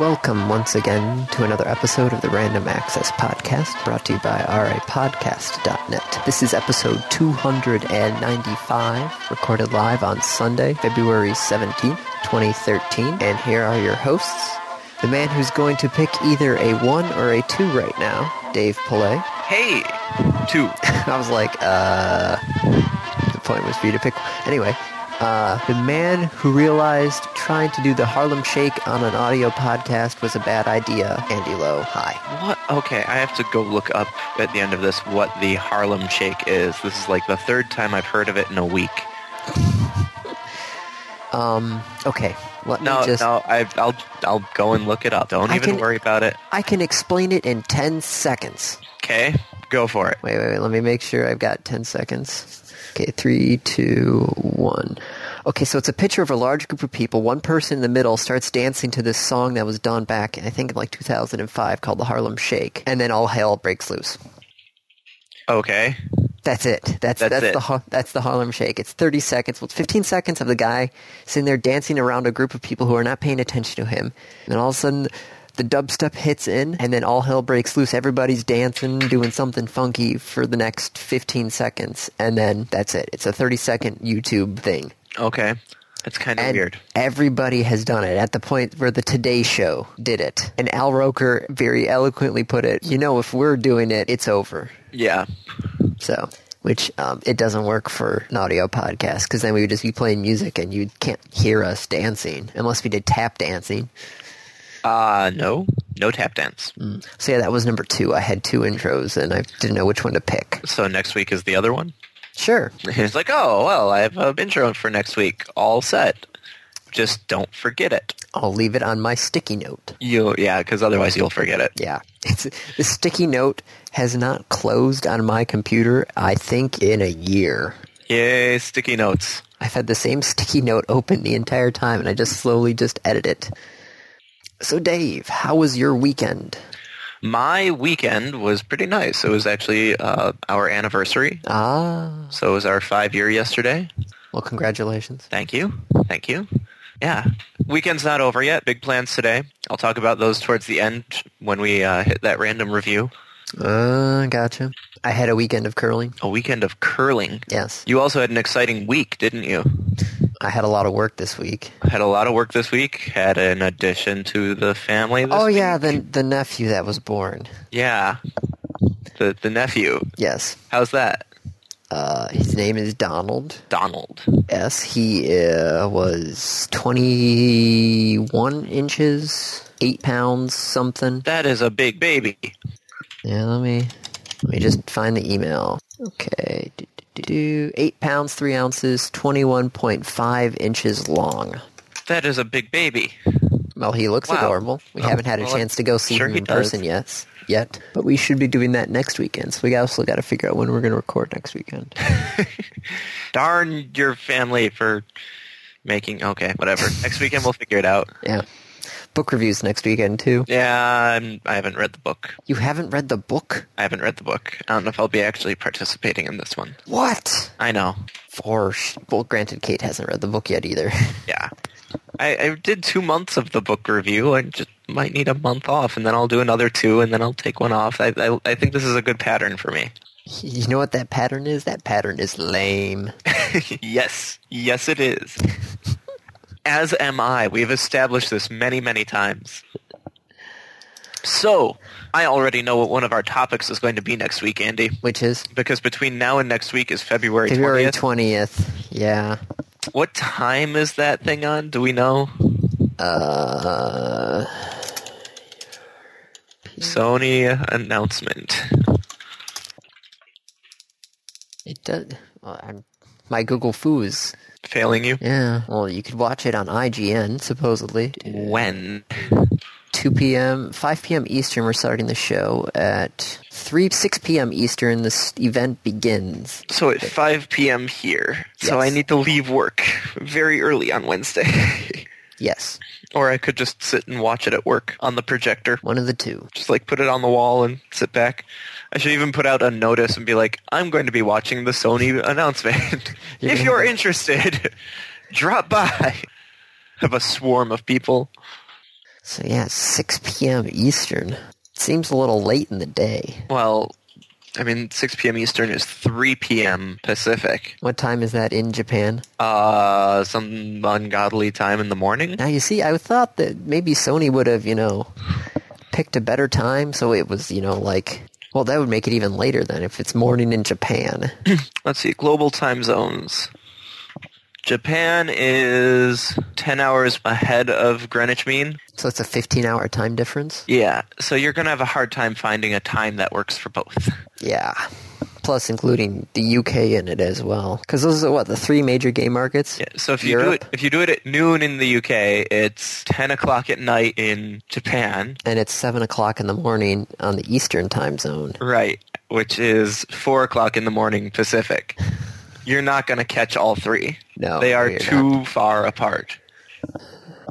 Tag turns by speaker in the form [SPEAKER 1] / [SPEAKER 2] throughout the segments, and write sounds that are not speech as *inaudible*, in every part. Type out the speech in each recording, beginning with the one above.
[SPEAKER 1] Welcome once again to another episode of the Random Access Podcast, brought to you by rapodcast.net. This is episode 295, recorded live on Sunday, February 17th, 2013. And here are your hosts the man who's going to pick either a 1 or a 2 right now, Dave Pillay.
[SPEAKER 2] Hey, two.
[SPEAKER 1] I was like, uh, the point was for you to pick. Anyway, uh, the man who realized trying to do the Harlem Shake on an audio podcast was a bad idea, Andy Lowe. Hi.
[SPEAKER 2] What? Okay, I have to go look up at the end of this what the Harlem Shake is. This is like the third time I've heard of it in a week.
[SPEAKER 1] Um, okay, let
[SPEAKER 2] No,
[SPEAKER 1] me just.
[SPEAKER 2] no, i I'll I'll go and look it up. Don't
[SPEAKER 1] I
[SPEAKER 2] even
[SPEAKER 1] can-
[SPEAKER 2] worry about it.
[SPEAKER 1] I can explain it in 10 seconds.
[SPEAKER 2] Okay, go for it.
[SPEAKER 1] Wait, wait, wait. Let me make sure I've got 10 seconds. Okay, three, two, one. Okay, so it's a picture of a large group of people. One person in the middle starts dancing to this song that was done back, I think, in like 2005 called the Harlem Shake, and then all hell breaks loose.
[SPEAKER 2] Okay,
[SPEAKER 1] That's it. That's that's,
[SPEAKER 2] That's it.
[SPEAKER 1] the Har- that's the Harlem Shake. It's 30 seconds. Well, it's 15 seconds of the guy sitting there dancing around a group of people who are not paying attention to him. And then all of a sudden, the dubstep hits in, and then all hell breaks loose. Everybody's dancing, doing something funky for the next 15 seconds, and then that's it. It's a 30 second YouTube thing.
[SPEAKER 2] okay, that's kind of
[SPEAKER 1] And
[SPEAKER 2] weird.
[SPEAKER 1] everybody has done it at the point where the Today Show did it. And Al Roker very eloquently put it, you know, if we're doing it, it's over.
[SPEAKER 2] Yeah,
[SPEAKER 1] So, which um, it doesn't work for an audio podcast because then we would just be playing music and you can't hear us dancing unless we did tap dancing.
[SPEAKER 2] uh, no, no tap dance.
[SPEAKER 1] So yeah, that was number two. I had two intros and I didn't know which one to pick.
[SPEAKER 2] So next week is the other one. *laughs*
[SPEAKER 1] Sure.
[SPEAKER 2] It's like, oh well, I have an intro for next week, all set. Just don't forget it.
[SPEAKER 1] I'll leave it on my sticky note.
[SPEAKER 2] You, yeah, because otherwise you'll forget it.
[SPEAKER 1] Yeah. It's, the sticky note has not closed on my computer, I think, in a year.
[SPEAKER 2] Yay, sticky notes.
[SPEAKER 1] I've had the same sticky note open the entire time and I just slowly just edit it. So Dave, how was your weekend?
[SPEAKER 2] My weekend was pretty nice. It was actually uh, our anniversary,
[SPEAKER 1] Ah,
[SPEAKER 2] so it was our five year yesterday.
[SPEAKER 1] Well, congratulations.
[SPEAKER 2] Thank you, thank you. Yeah, weekend's not over yet. Big plans today. I'll talk about those towards the end when we uh, hit that random review.
[SPEAKER 1] Uh, gotcha. I had a weekend of curling.
[SPEAKER 2] A weekend of curling.
[SPEAKER 1] Yes.
[SPEAKER 2] You also had an exciting week, didn't you?
[SPEAKER 1] I had a lot of work this week.
[SPEAKER 2] Had a lot of work this week. Had an addition to the family. This
[SPEAKER 1] oh,
[SPEAKER 2] week.
[SPEAKER 1] yeah, the, the nephew that was born.
[SPEAKER 2] yeah. The the nephew.
[SPEAKER 1] Yes.
[SPEAKER 2] How's that?
[SPEAKER 1] Uh, his name is Donald.
[SPEAKER 2] Donald.
[SPEAKER 1] Yes, he uh, was 21 inches, 8 pounds, something.
[SPEAKER 2] That is a big baby.
[SPEAKER 1] Yeah, let me, let me just find the email. Okay. do, do, do, do. 8 pounds, 3 ounces, 21.5 inches long.
[SPEAKER 2] That is a big baby.
[SPEAKER 1] Well, he looks
[SPEAKER 2] Wow.
[SPEAKER 1] adorable. We
[SPEAKER 2] Oh,
[SPEAKER 1] haven't had a
[SPEAKER 2] well,
[SPEAKER 1] chance to go see
[SPEAKER 2] sure
[SPEAKER 1] him
[SPEAKER 2] he
[SPEAKER 1] in
[SPEAKER 2] does.
[SPEAKER 1] person yet, yet, but we should be doing that next weekend. So we also got to figure out when we're going to record next
[SPEAKER 2] *laughs*
[SPEAKER 1] weekend.
[SPEAKER 2] Darn your family for making. Okay, whatever. Next weekend we'll figure it out.
[SPEAKER 1] yeah, book reviews next weekend too.
[SPEAKER 2] Yeah, I'm, I haven't read the book.
[SPEAKER 1] You haven't read the book?
[SPEAKER 2] I haven't read the book. I don't know if I'll be actually participating in this one.
[SPEAKER 1] What?
[SPEAKER 2] I know.
[SPEAKER 1] For sh- well, granted, Kate hasn't read the book yet either. *laughs*
[SPEAKER 2] Yeah, I, I did two months of the book review. I just might need a month off, and then I'll do another two, and then I'll take one off. I I, I think this is a good pattern for me.
[SPEAKER 1] you know what that pattern is? That pattern is lame.
[SPEAKER 2] *laughs* yes, yes, it is. As am I. We've established this many, many times. So, I already know what one of our topics is going to be next week, Andy,
[SPEAKER 1] Which is
[SPEAKER 2] because between now and next week is February
[SPEAKER 1] February
[SPEAKER 2] 20th.
[SPEAKER 1] twentieth. Yeah.
[SPEAKER 2] What time is that thing on? Do we know?
[SPEAKER 1] Mm. Uh,
[SPEAKER 2] Sony announcement.
[SPEAKER 1] it does. Well, I'm, my Google Foos.
[SPEAKER 2] Failing you?
[SPEAKER 1] Yeah. Well, you could watch it on IGN, supposedly.
[SPEAKER 2] When?
[SPEAKER 1] 2 p.m., 5 p.m. Eastern, we're starting the show. At 3, 6 p.m. Eastern, this event begins.
[SPEAKER 2] So at 5 p.m. here. So
[SPEAKER 1] Yes.
[SPEAKER 2] I need to leave work very early on Wednesday. *laughs*
[SPEAKER 1] Yes,
[SPEAKER 2] or I could just sit and watch it at work on the projector.
[SPEAKER 1] one of the two.
[SPEAKER 2] Just like put it on the wall and sit back. I should even put out a notice and be like, I'm going to be watching the Sony announcement. *laughs*
[SPEAKER 1] You're
[SPEAKER 2] if
[SPEAKER 1] gonna
[SPEAKER 2] you're
[SPEAKER 1] have a-
[SPEAKER 2] *laughs* interested, drop by. Have a swarm of people.
[SPEAKER 1] So yeah, 6 p.m. Eastern. Seems a little late in the day.
[SPEAKER 2] Well, I mean, 6 p.m. Eastern is 3 p.m. Pacific.
[SPEAKER 1] What time is that in Japan?
[SPEAKER 2] Uh, some ungodly time in the morning.
[SPEAKER 1] Now you see, I thought that maybe Sony would have, you know, picked a better time so it was, you know, like well, that would make it even later then if it's morning in Japan.
[SPEAKER 2] Let's see, global time zones. Japan is 10 hours ahead of Greenwich mean.
[SPEAKER 1] so it's a 15-hour time difference.
[SPEAKER 2] Yeah, so you're going to have a hard time finding a time that works for both.
[SPEAKER 1] Yeah. Plus including the UK in it as well. Cuz those are what the three major game markets.
[SPEAKER 2] Yeah, so if you do it
[SPEAKER 1] Europe.
[SPEAKER 2] if you do it at noon in the UK, it's 10 o'clock at night in Japan.
[SPEAKER 1] And it's seven o'clock in the morning on the Eastern time zone.
[SPEAKER 2] Right, which is four o'clock in the morning Pacific. You're not going to catch all three.
[SPEAKER 1] No,
[SPEAKER 2] they are
[SPEAKER 1] you're
[SPEAKER 2] too far apart.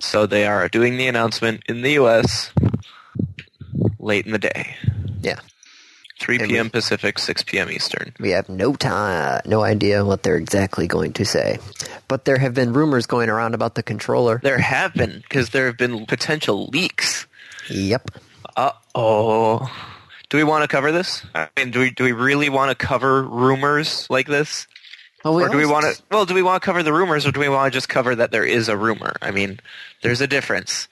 [SPEAKER 2] So they are doing the announcement in the U.S. late in the day,
[SPEAKER 1] Yeah,
[SPEAKER 2] 3
[SPEAKER 1] And
[SPEAKER 2] p.m.
[SPEAKER 1] we-
[SPEAKER 2] Pacific, 6 p.m. Eastern.
[SPEAKER 1] we have no time, no idea what they're exactly going to say. But there have been rumors going around about the controller.
[SPEAKER 2] There have been because there have been potential leaks.
[SPEAKER 1] Yep.
[SPEAKER 2] Uh oh. Do we want to cover this? I mean, do we do we really want to cover rumors like this?
[SPEAKER 1] Well,
[SPEAKER 2] or do we
[SPEAKER 1] always-
[SPEAKER 2] want to? Well, do we want to cover the rumors, or do we want to just cover that there is a rumor? I mean, there's a difference.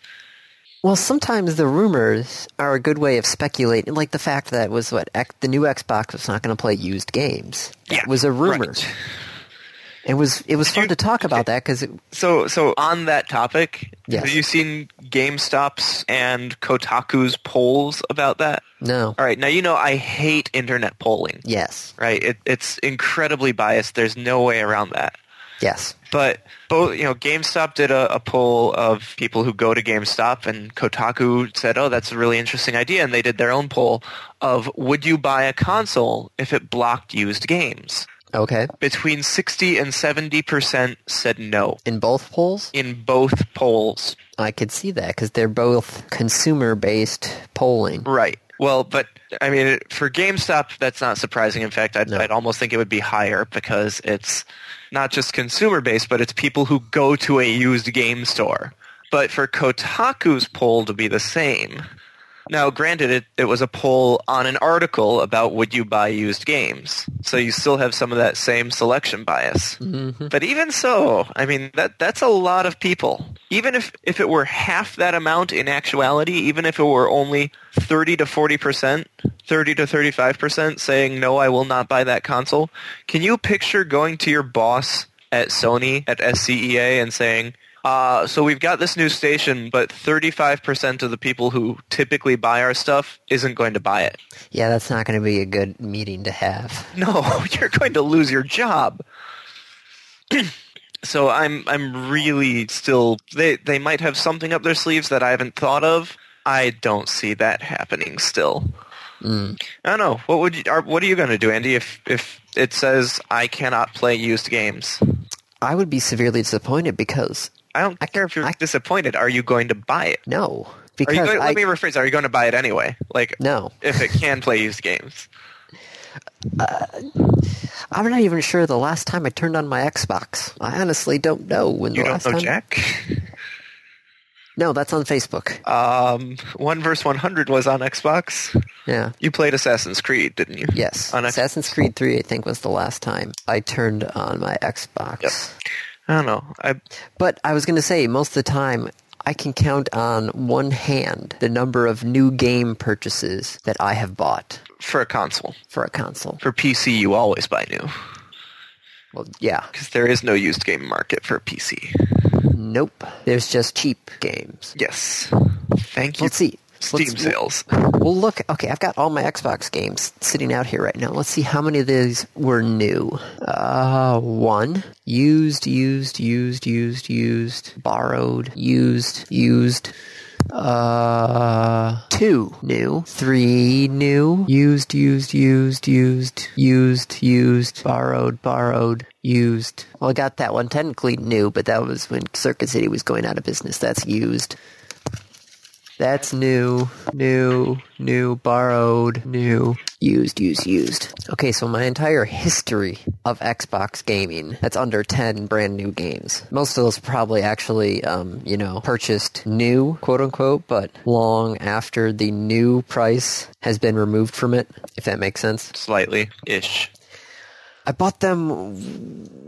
[SPEAKER 1] Well, sometimes the rumors are a good way of speculating, like the fact that was what X, the new Xbox was not going to play used games. That
[SPEAKER 2] Yeah,
[SPEAKER 1] was a rumor.
[SPEAKER 2] right.
[SPEAKER 1] It was it was fun to talk about that because
[SPEAKER 2] So, so on that topic,
[SPEAKER 1] Yes.
[SPEAKER 2] have you seen GameStop's and Kotaku's polls about that?
[SPEAKER 1] no,
[SPEAKER 2] All right, now you know I hate internet polling.
[SPEAKER 1] yes,
[SPEAKER 2] Right, it, it's incredibly biased. There's no way around that.
[SPEAKER 1] yes,
[SPEAKER 2] But both, you know, GameStop did a, a poll of people who go to GameStop, and Kotaku said, "Oh, that's a really interesting idea," and they did their own poll of would you buy a console if it blocked used games.
[SPEAKER 1] okay.
[SPEAKER 2] Between sixty and seventy percent said no
[SPEAKER 1] In both polls,
[SPEAKER 2] in both polls.
[SPEAKER 1] I could see that because they're both consumer based polling.
[SPEAKER 2] Right. Well, but I mean, it- for GameStop, that's not surprising. In fact, I'd,
[SPEAKER 1] No.
[SPEAKER 2] I'd almost think it would be higher because it's not just consumer based, but it's people who go to a used game store. But for Kotaku's poll to be the same, now granted, it, it was a poll on an article about would you buy used games, so you still have some of that same selection bias. But even so, I mean that that's a lot of people. Even if if it were half that amount in actuality, even if it were only 30 to 40%, 30 to 35% saying no, I will not buy that console. Can you picture going to your boss at Sony at SCEA and saying, uh, so we've got this new station, but 35% of the people who typically buy our stuff isn't going to buy it. *laughs*
[SPEAKER 1] Yeah, that's not going to be a good meeting to have.
[SPEAKER 2] No, *laughs* you're going to lose your job. *clears throat* so I'm I'm really still they they might have something up their sleeves that I haven't thought of. I don't see that happening still. I don't know. What would you, are, what are you going to do, Andy? If if it says I cannot play used games,
[SPEAKER 1] I would be severely disappointed because
[SPEAKER 2] I don't care if you're
[SPEAKER 1] I-
[SPEAKER 2] disappointed. Are you going to buy it?
[SPEAKER 1] no,
[SPEAKER 2] Are you
[SPEAKER 1] because
[SPEAKER 2] going,
[SPEAKER 1] I
[SPEAKER 2] let me rephrase. Are you going to buy it anyway? Like
[SPEAKER 1] no,
[SPEAKER 2] if it can play used games.
[SPEAKER 1] I'm not even sure the last time I turned on my Xbox. I honestly don't know when the
[SPEAKER 2] You don't
[SPEAKER 1] last
[SPEAKER 2] know,
[SPEAKER 1] time.
[SPEAKER 2] Jack.
[SPEAKER 1] No, that's on Facebook.
[SPEAKER 2] Um, one verse one hundred was on Xbox.
[SPEAKER 1] yeah.
[SPEAKER 2] You played Assassin's Creed, didn't you?
[SPEAKER 1] Yes.
[SPEAKER 2] On X-
[SPEAKER 1] Assassin's Creed 3, I think, was the last time I turned on my Xbox.
[SPEAKER 2] Yep. I don't know. I
[SPEAKER 1] But I was going to say, most of the time, I can count on one hand the number of new game purchases that I have bought
[SPEAKER 2] for a console,
[SPEAKER 1] for a console.
[SPEAKER 2] for PC, you always buy new
[SPEAKER 1] Well, yeah.
[SPEAKER 2] because there is no used game market for PC.
[SPEAKER 1] Nope. There's just cheap games.
[SPEAKER 2] Yes. Thank you.
[SPEAKER 1] Let's see.
[SPEAKER 2] Steam
[SPEAKER 1] Let's-
[SPEAKER 2] sales.
[SPEAKER 1] Well, look, okay, I've got all my Xbox games sitting out here right now. Let's see how many of these were new. Uh, one. Used, used, used, used, used. Borrowed, used, used. Uh, two new, three new, used, used, used, used, used, used, borrowed, borrowed, used. Well, I got that one technically new, but that was when Circuit City was going out of business. That's used. That's new, new, new, borrowed, new, used, used, used. Okay, so my entire history of Xbox gaming, that's under 10 brand new games. Most of those probably actually, um, you know, purchased new, quote unquote, but long after the new price has been removed from it, if that makes sense.
[SPEAKER 2] Slightly ish.
[SPEAKER 1] I bought them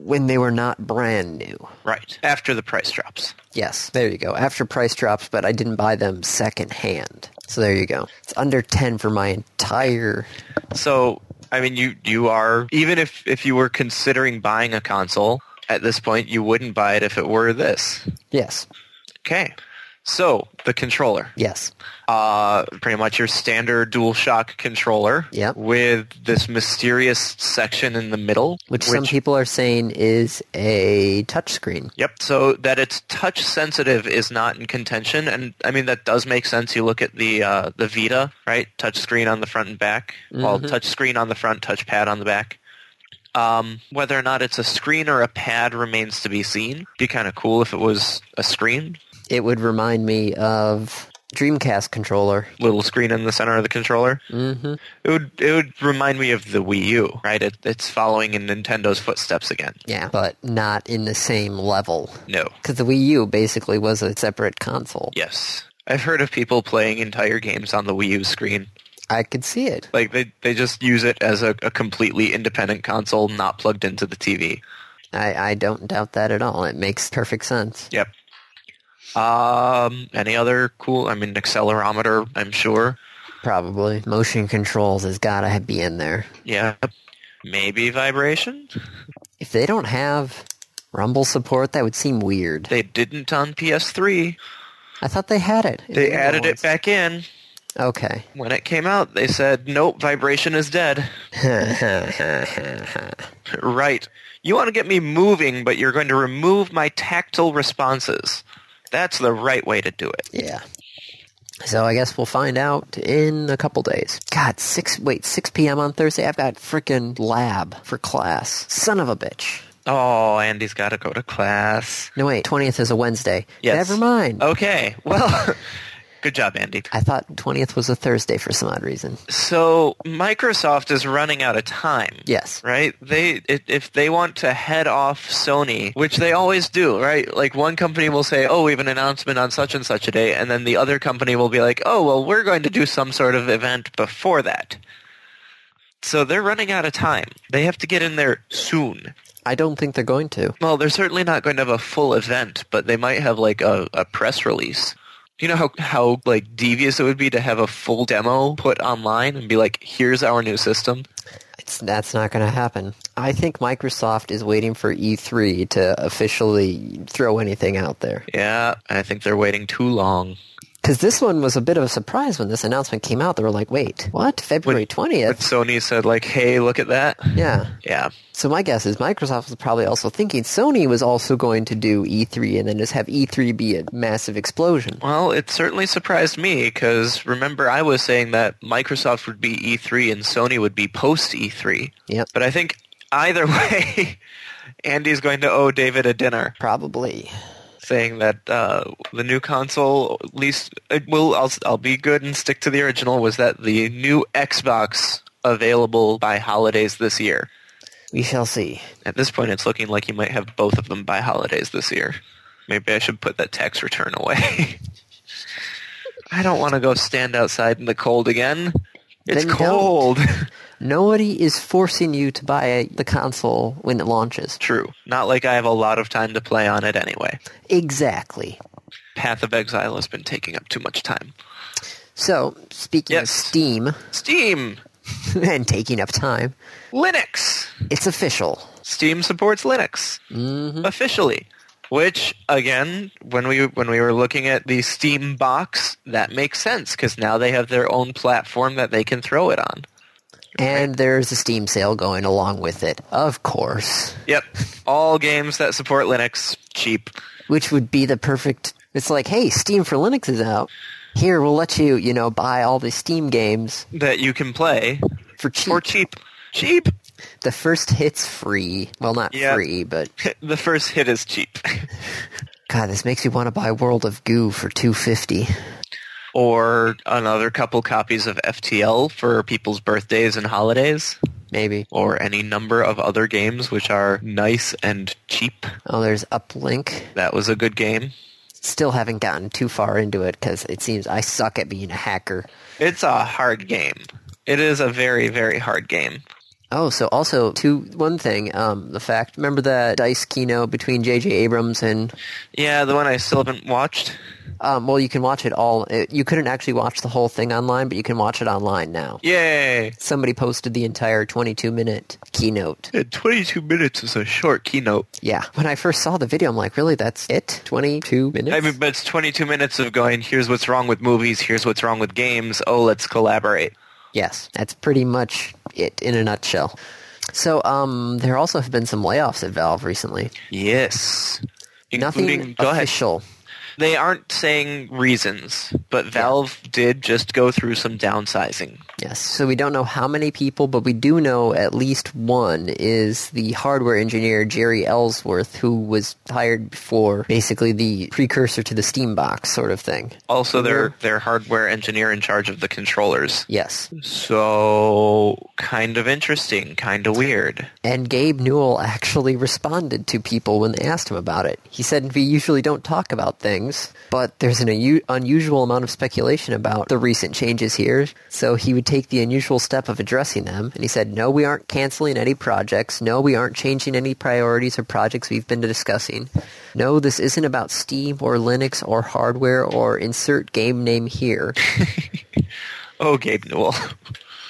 [SPEAKER 1] when they were not brand new.
[SPEAKER 2] Right. After the price drops.
[SPEAKER 1] Yes, there you go. After price drops, but I didn't buy them secondhand. So there you go. It's under 10 for my entire
[SPEAKER 2] So, I mean, you you are even if if you were considering buying a console at this point, you wouldn't buy it if it were this.
[SPEAKER 1] Yes.
[SPEAKER 2] Okay. So the controller,
[SPEAKER 1] Yes.
[SPEAKER 2] uh, pretty much your standard DualShock controller,
[SPEAKER 1] Yep.
[SPEAKER 2] with this mysterious section in the middle,
[SPEAKER 1] Which, some people are saying is a touchscreen.
[SPEAKER 2] Yep. So that it's touch sensitive is not in contention, and I mean that does make sense. You look at the uh, the Vita, right? Touch screen on the front and back. Well, touch screen on the front, touch pad on the back. Um, whether or not it's a screen or a pad remains to be seen. Be kind of cool if it was a screen,
[SPEAKER 1] It would remind me of Dreamcast controller.
[SPEAKER 2] little screen in the center of the controller.
[SPEAKER 1] Mm-hmm.
[SPEAKER 2] It would it would remind me of the Wii U, right? It, it's following in Nintendo's footsteps again.
[SPEAKER 1] Yeah, but not in the same level.
[SPEAKER 2] No.
[SPEAKER 1] Because the Wii U basically was a separate console.
[SPEAKER 2] Yes. I've heard of people playing entire games on the Wii U screen.
[SPEAKER 1] I could see it.
[SPEAKER 2] Like they, they just use it as a, a completely independent console, not plugged into the TV.
[SPEAKER 1] I, I don't doubt that at all. It makes perfect sense.
[SPEAKER 2] Yep. Um, any other cool? I mean, accelerometer. I'm sure.
[SPEAKER 1] Probably. Motion controls has got to be in there.
[SPEAKER 2] Yeah. Maybe vibration.
[SPEAKER 1] If they don't have rumble support, that would seem weird.
[SPEAKER 2] They didn't on PS3.
[SPEAKER 1] I thought they had it. in
[SPEAKER 2] They
[SPEAKER 1] the other
[SPEAKER 2] added
[SPEAKER 1] ones.
[SPEAKER 2] it back in
[SPEAKER 1] Okay.
[SPEAKER 2] when it came out. They said, "Nope, vibration is dead." right. You want to get me moving, but you're going to remove my tactile responses. That's the right way to do it.
[SPEAKER 1] Yeah. So I guess we'll find out in a couple days. God, six wait, six p.m. on Thursday. I've got freaking lab for class. Son of a bitch.
[SPEAKER 2] Oh, Andy's got to go to class.
[SPEAKER 1] No wait, twentieth is a Wednesday.
[SPEAKER 2] Yes. Oh.
[SPEAKER 1] Never mind.
[SPEAKER 2] Okay. Well, *laughs* good job, Andy.
[SPEAKER 1] I thought twentieth was a Thursday for some odd reason.
[SPEAKER 2] So Microsoft is running out of time.
[SPEAKER 1] Yes.
[SPEAKER 2] Right? They i- if they want to head off Sony, which they always do, right? Like one company will say, "Oh, we have an announcement on such and such a day," and then the other company will be like, "Oh, well, we're going to do some sort of event before that." So they're running out of time. They have to get in there soon.
[SPEAKER 1] I don't think they're going to.
[SPEAKER 2] Well, they're certainly not going to have a full event, but they might have like a, a press release. You know how, how like devious it would be to have a full demo put online and be like, here's our new system?
[SPEAKER 1] It's that's not going to happen. I think Microsoft is waiting for E3 to officially throw anything out there.
[SPEAKER 2] Yeah, I think they're waiting too long.
[SPEAKER 1] Because this one was a bit of a surprise when this announcement came out. They were like, "Wait, what? February
[SPEAKER 2] But
[SPEAKER 1] twentieth?
[SPEAKER 2] Sony said like, hey, look at that.
[SPEAKER 1] Yeah."
[SPEAKER 2] Yeah.
[SPEAKER 1] So my guess is Microsoft was probably also thinking Sony was also going to do E3 and then just have E3 be a massive explosion.
[SPEAKER 2] Well, it certainly surprised me because remember I was saying that Microsoft would be E3 and Sony would be post E3.
[SPEAKER 1] Yep,
[SPEAKER 2] But I think either *laughs* way, Andy's going to owe David a dinner.
[SPEAKER 1] probably.
[SPEAKER 2] saying that uh, the new console, at least it will, I'll, I'll be good and stick to the original, was that the new Xbox available by holidays this year.
[SPEAKER 1] We shall see.
[SPEAKER 2] At this point, it's looking like you might have both of them by holidays this year. Maybe I should put that tax return away. *laughs* I don't want to go stand outside in the cold again. It's
[SPEAKER 1] Then don't.
[SPEAKER 2] cold. *laughs*
[SPEAKER 1] Nobody is forcing you to buy the console when it launches.
[SPEAKER 2] True. Not like I have a lot of time to play on it anyway.
[SPEAKER 1] Exactly.
[SPEAKER 2] Path of Exile has been taking up too much time.
[SPEAKER 1] So, speaking of
[SPEAKER 2] Yes.
[SPEAKER 1] Steam *laughs*
[SPEAKER 2] Steam!
[SPEAKER 1] and taking up time,
[SPEAKER 2] Linux!
[SPEAKER 1] it's official.
[SPEAKER 2] Steam supports Linux officially, which again, when we when we were looking at the Steam box, that makes sense because now they have their own platform that they can throw it on.
[SPEAKER 1] And there's a Steam sale going along with it, of course,
[SPEAKER 2] Yep, all games that support Linux, cheap.
[SPEAKER 1] which would be the perfect. It's like, hey, Steam for Linux is out. Here, we'll let you, you know, buy all the Steam games
[SPEAKER 2] That you can play
[SPEAKER 1] for cheap.
[SPEAKER 2] for cheap. Cheap. *laughs*
[SPEAKER 1] The first hit's free. Well, not
[SPEAKER 2] Yeah.
[SPEAKER 1] free, but
[SPEAKER 2] The first hit is cheap. *laughs*
[SPEAKER 1] God, this makes me want to buy World of Goo for two fifty.
[SPEAKER 2] or another couple copies of FTL for people's birthdays and holidays,
[SPEAKER 1] Maybe.
[SPEAKER 2] or any number of other games which are nice and cheap.
[SPEAKER 1] Oh, there's Uplink.
[SPEAKER 2] That was a good game.
[SPEAKER 1] Still haven't gotten too far into it because it seems I suck at being a hacker.
[SPEAKER 2] It's a hard game. It is a very, very hard game.
[SPEAKER 1] Oh, so also two one thing, um, the fact. Remember that dice keynote between J.J. Abrams and
[SPEAKER 2] Yeah, the one I still haven't watched.
[SPEAKER 1] um, well, you can watch it all. It, you couldn't actually watch the whole thing online, but you can watch it online now.
[SPEAKER 2] Yay!
[SPEAKER 1] Somebody posted the entire 22 minute keynote.
[SPEAKER 2] And 22 minutes is a short keynote.
[SPEAKER 1] Yeah, when I first saw the video, I'm like, really? That's it? 22 minutes?
[SPEAKER 2] I mean, but it's 22 minutes of going, here's what's wrong with movies, here's what's wrong with games, oh, let's collaborate.
[SPEAKER 1] Yes, that's pretty much it in a nutshell. So, um, there also have been some layoffs at Valve recently.
[SPEAKER 2] Yes. Including,
[SPEAKER 1] Nothing
[SPEAKER 2] go ahead.
[SPEAKER 1] official.
[SPEAKER 2] They aren't saying reasons, but Valve did just go through some downsizing.
[SPEAKER 1] Yes, so we don't know how many people, but we do know at least one is the hardware engineer Jerry Ellsworth, who was hired before basically the precursor to the Steam Box sort of thing.
[SPEAKER 2] Also, their, their hardware engineer in charge of the controllers.
[SPEAKER 1] Yes.
[SPEAKER 2] So, kind of interesting, kind of weird.
[SPEAKER 1] And Gabe Newell actually responded to people when they asked him about it. He said, We usually don't talk about things, but there's an u- unusual amount of speculation about the recent changes here, so he would take the unusual step of addressing them. And he said, No, we aren't canceling any projects. No, we aren't changing any priorities or projects we've been discussing. No, this isn't about Steam or Linux or hardware or insert game name here.
[SPEAKER 2] Oh, Gabe Newell.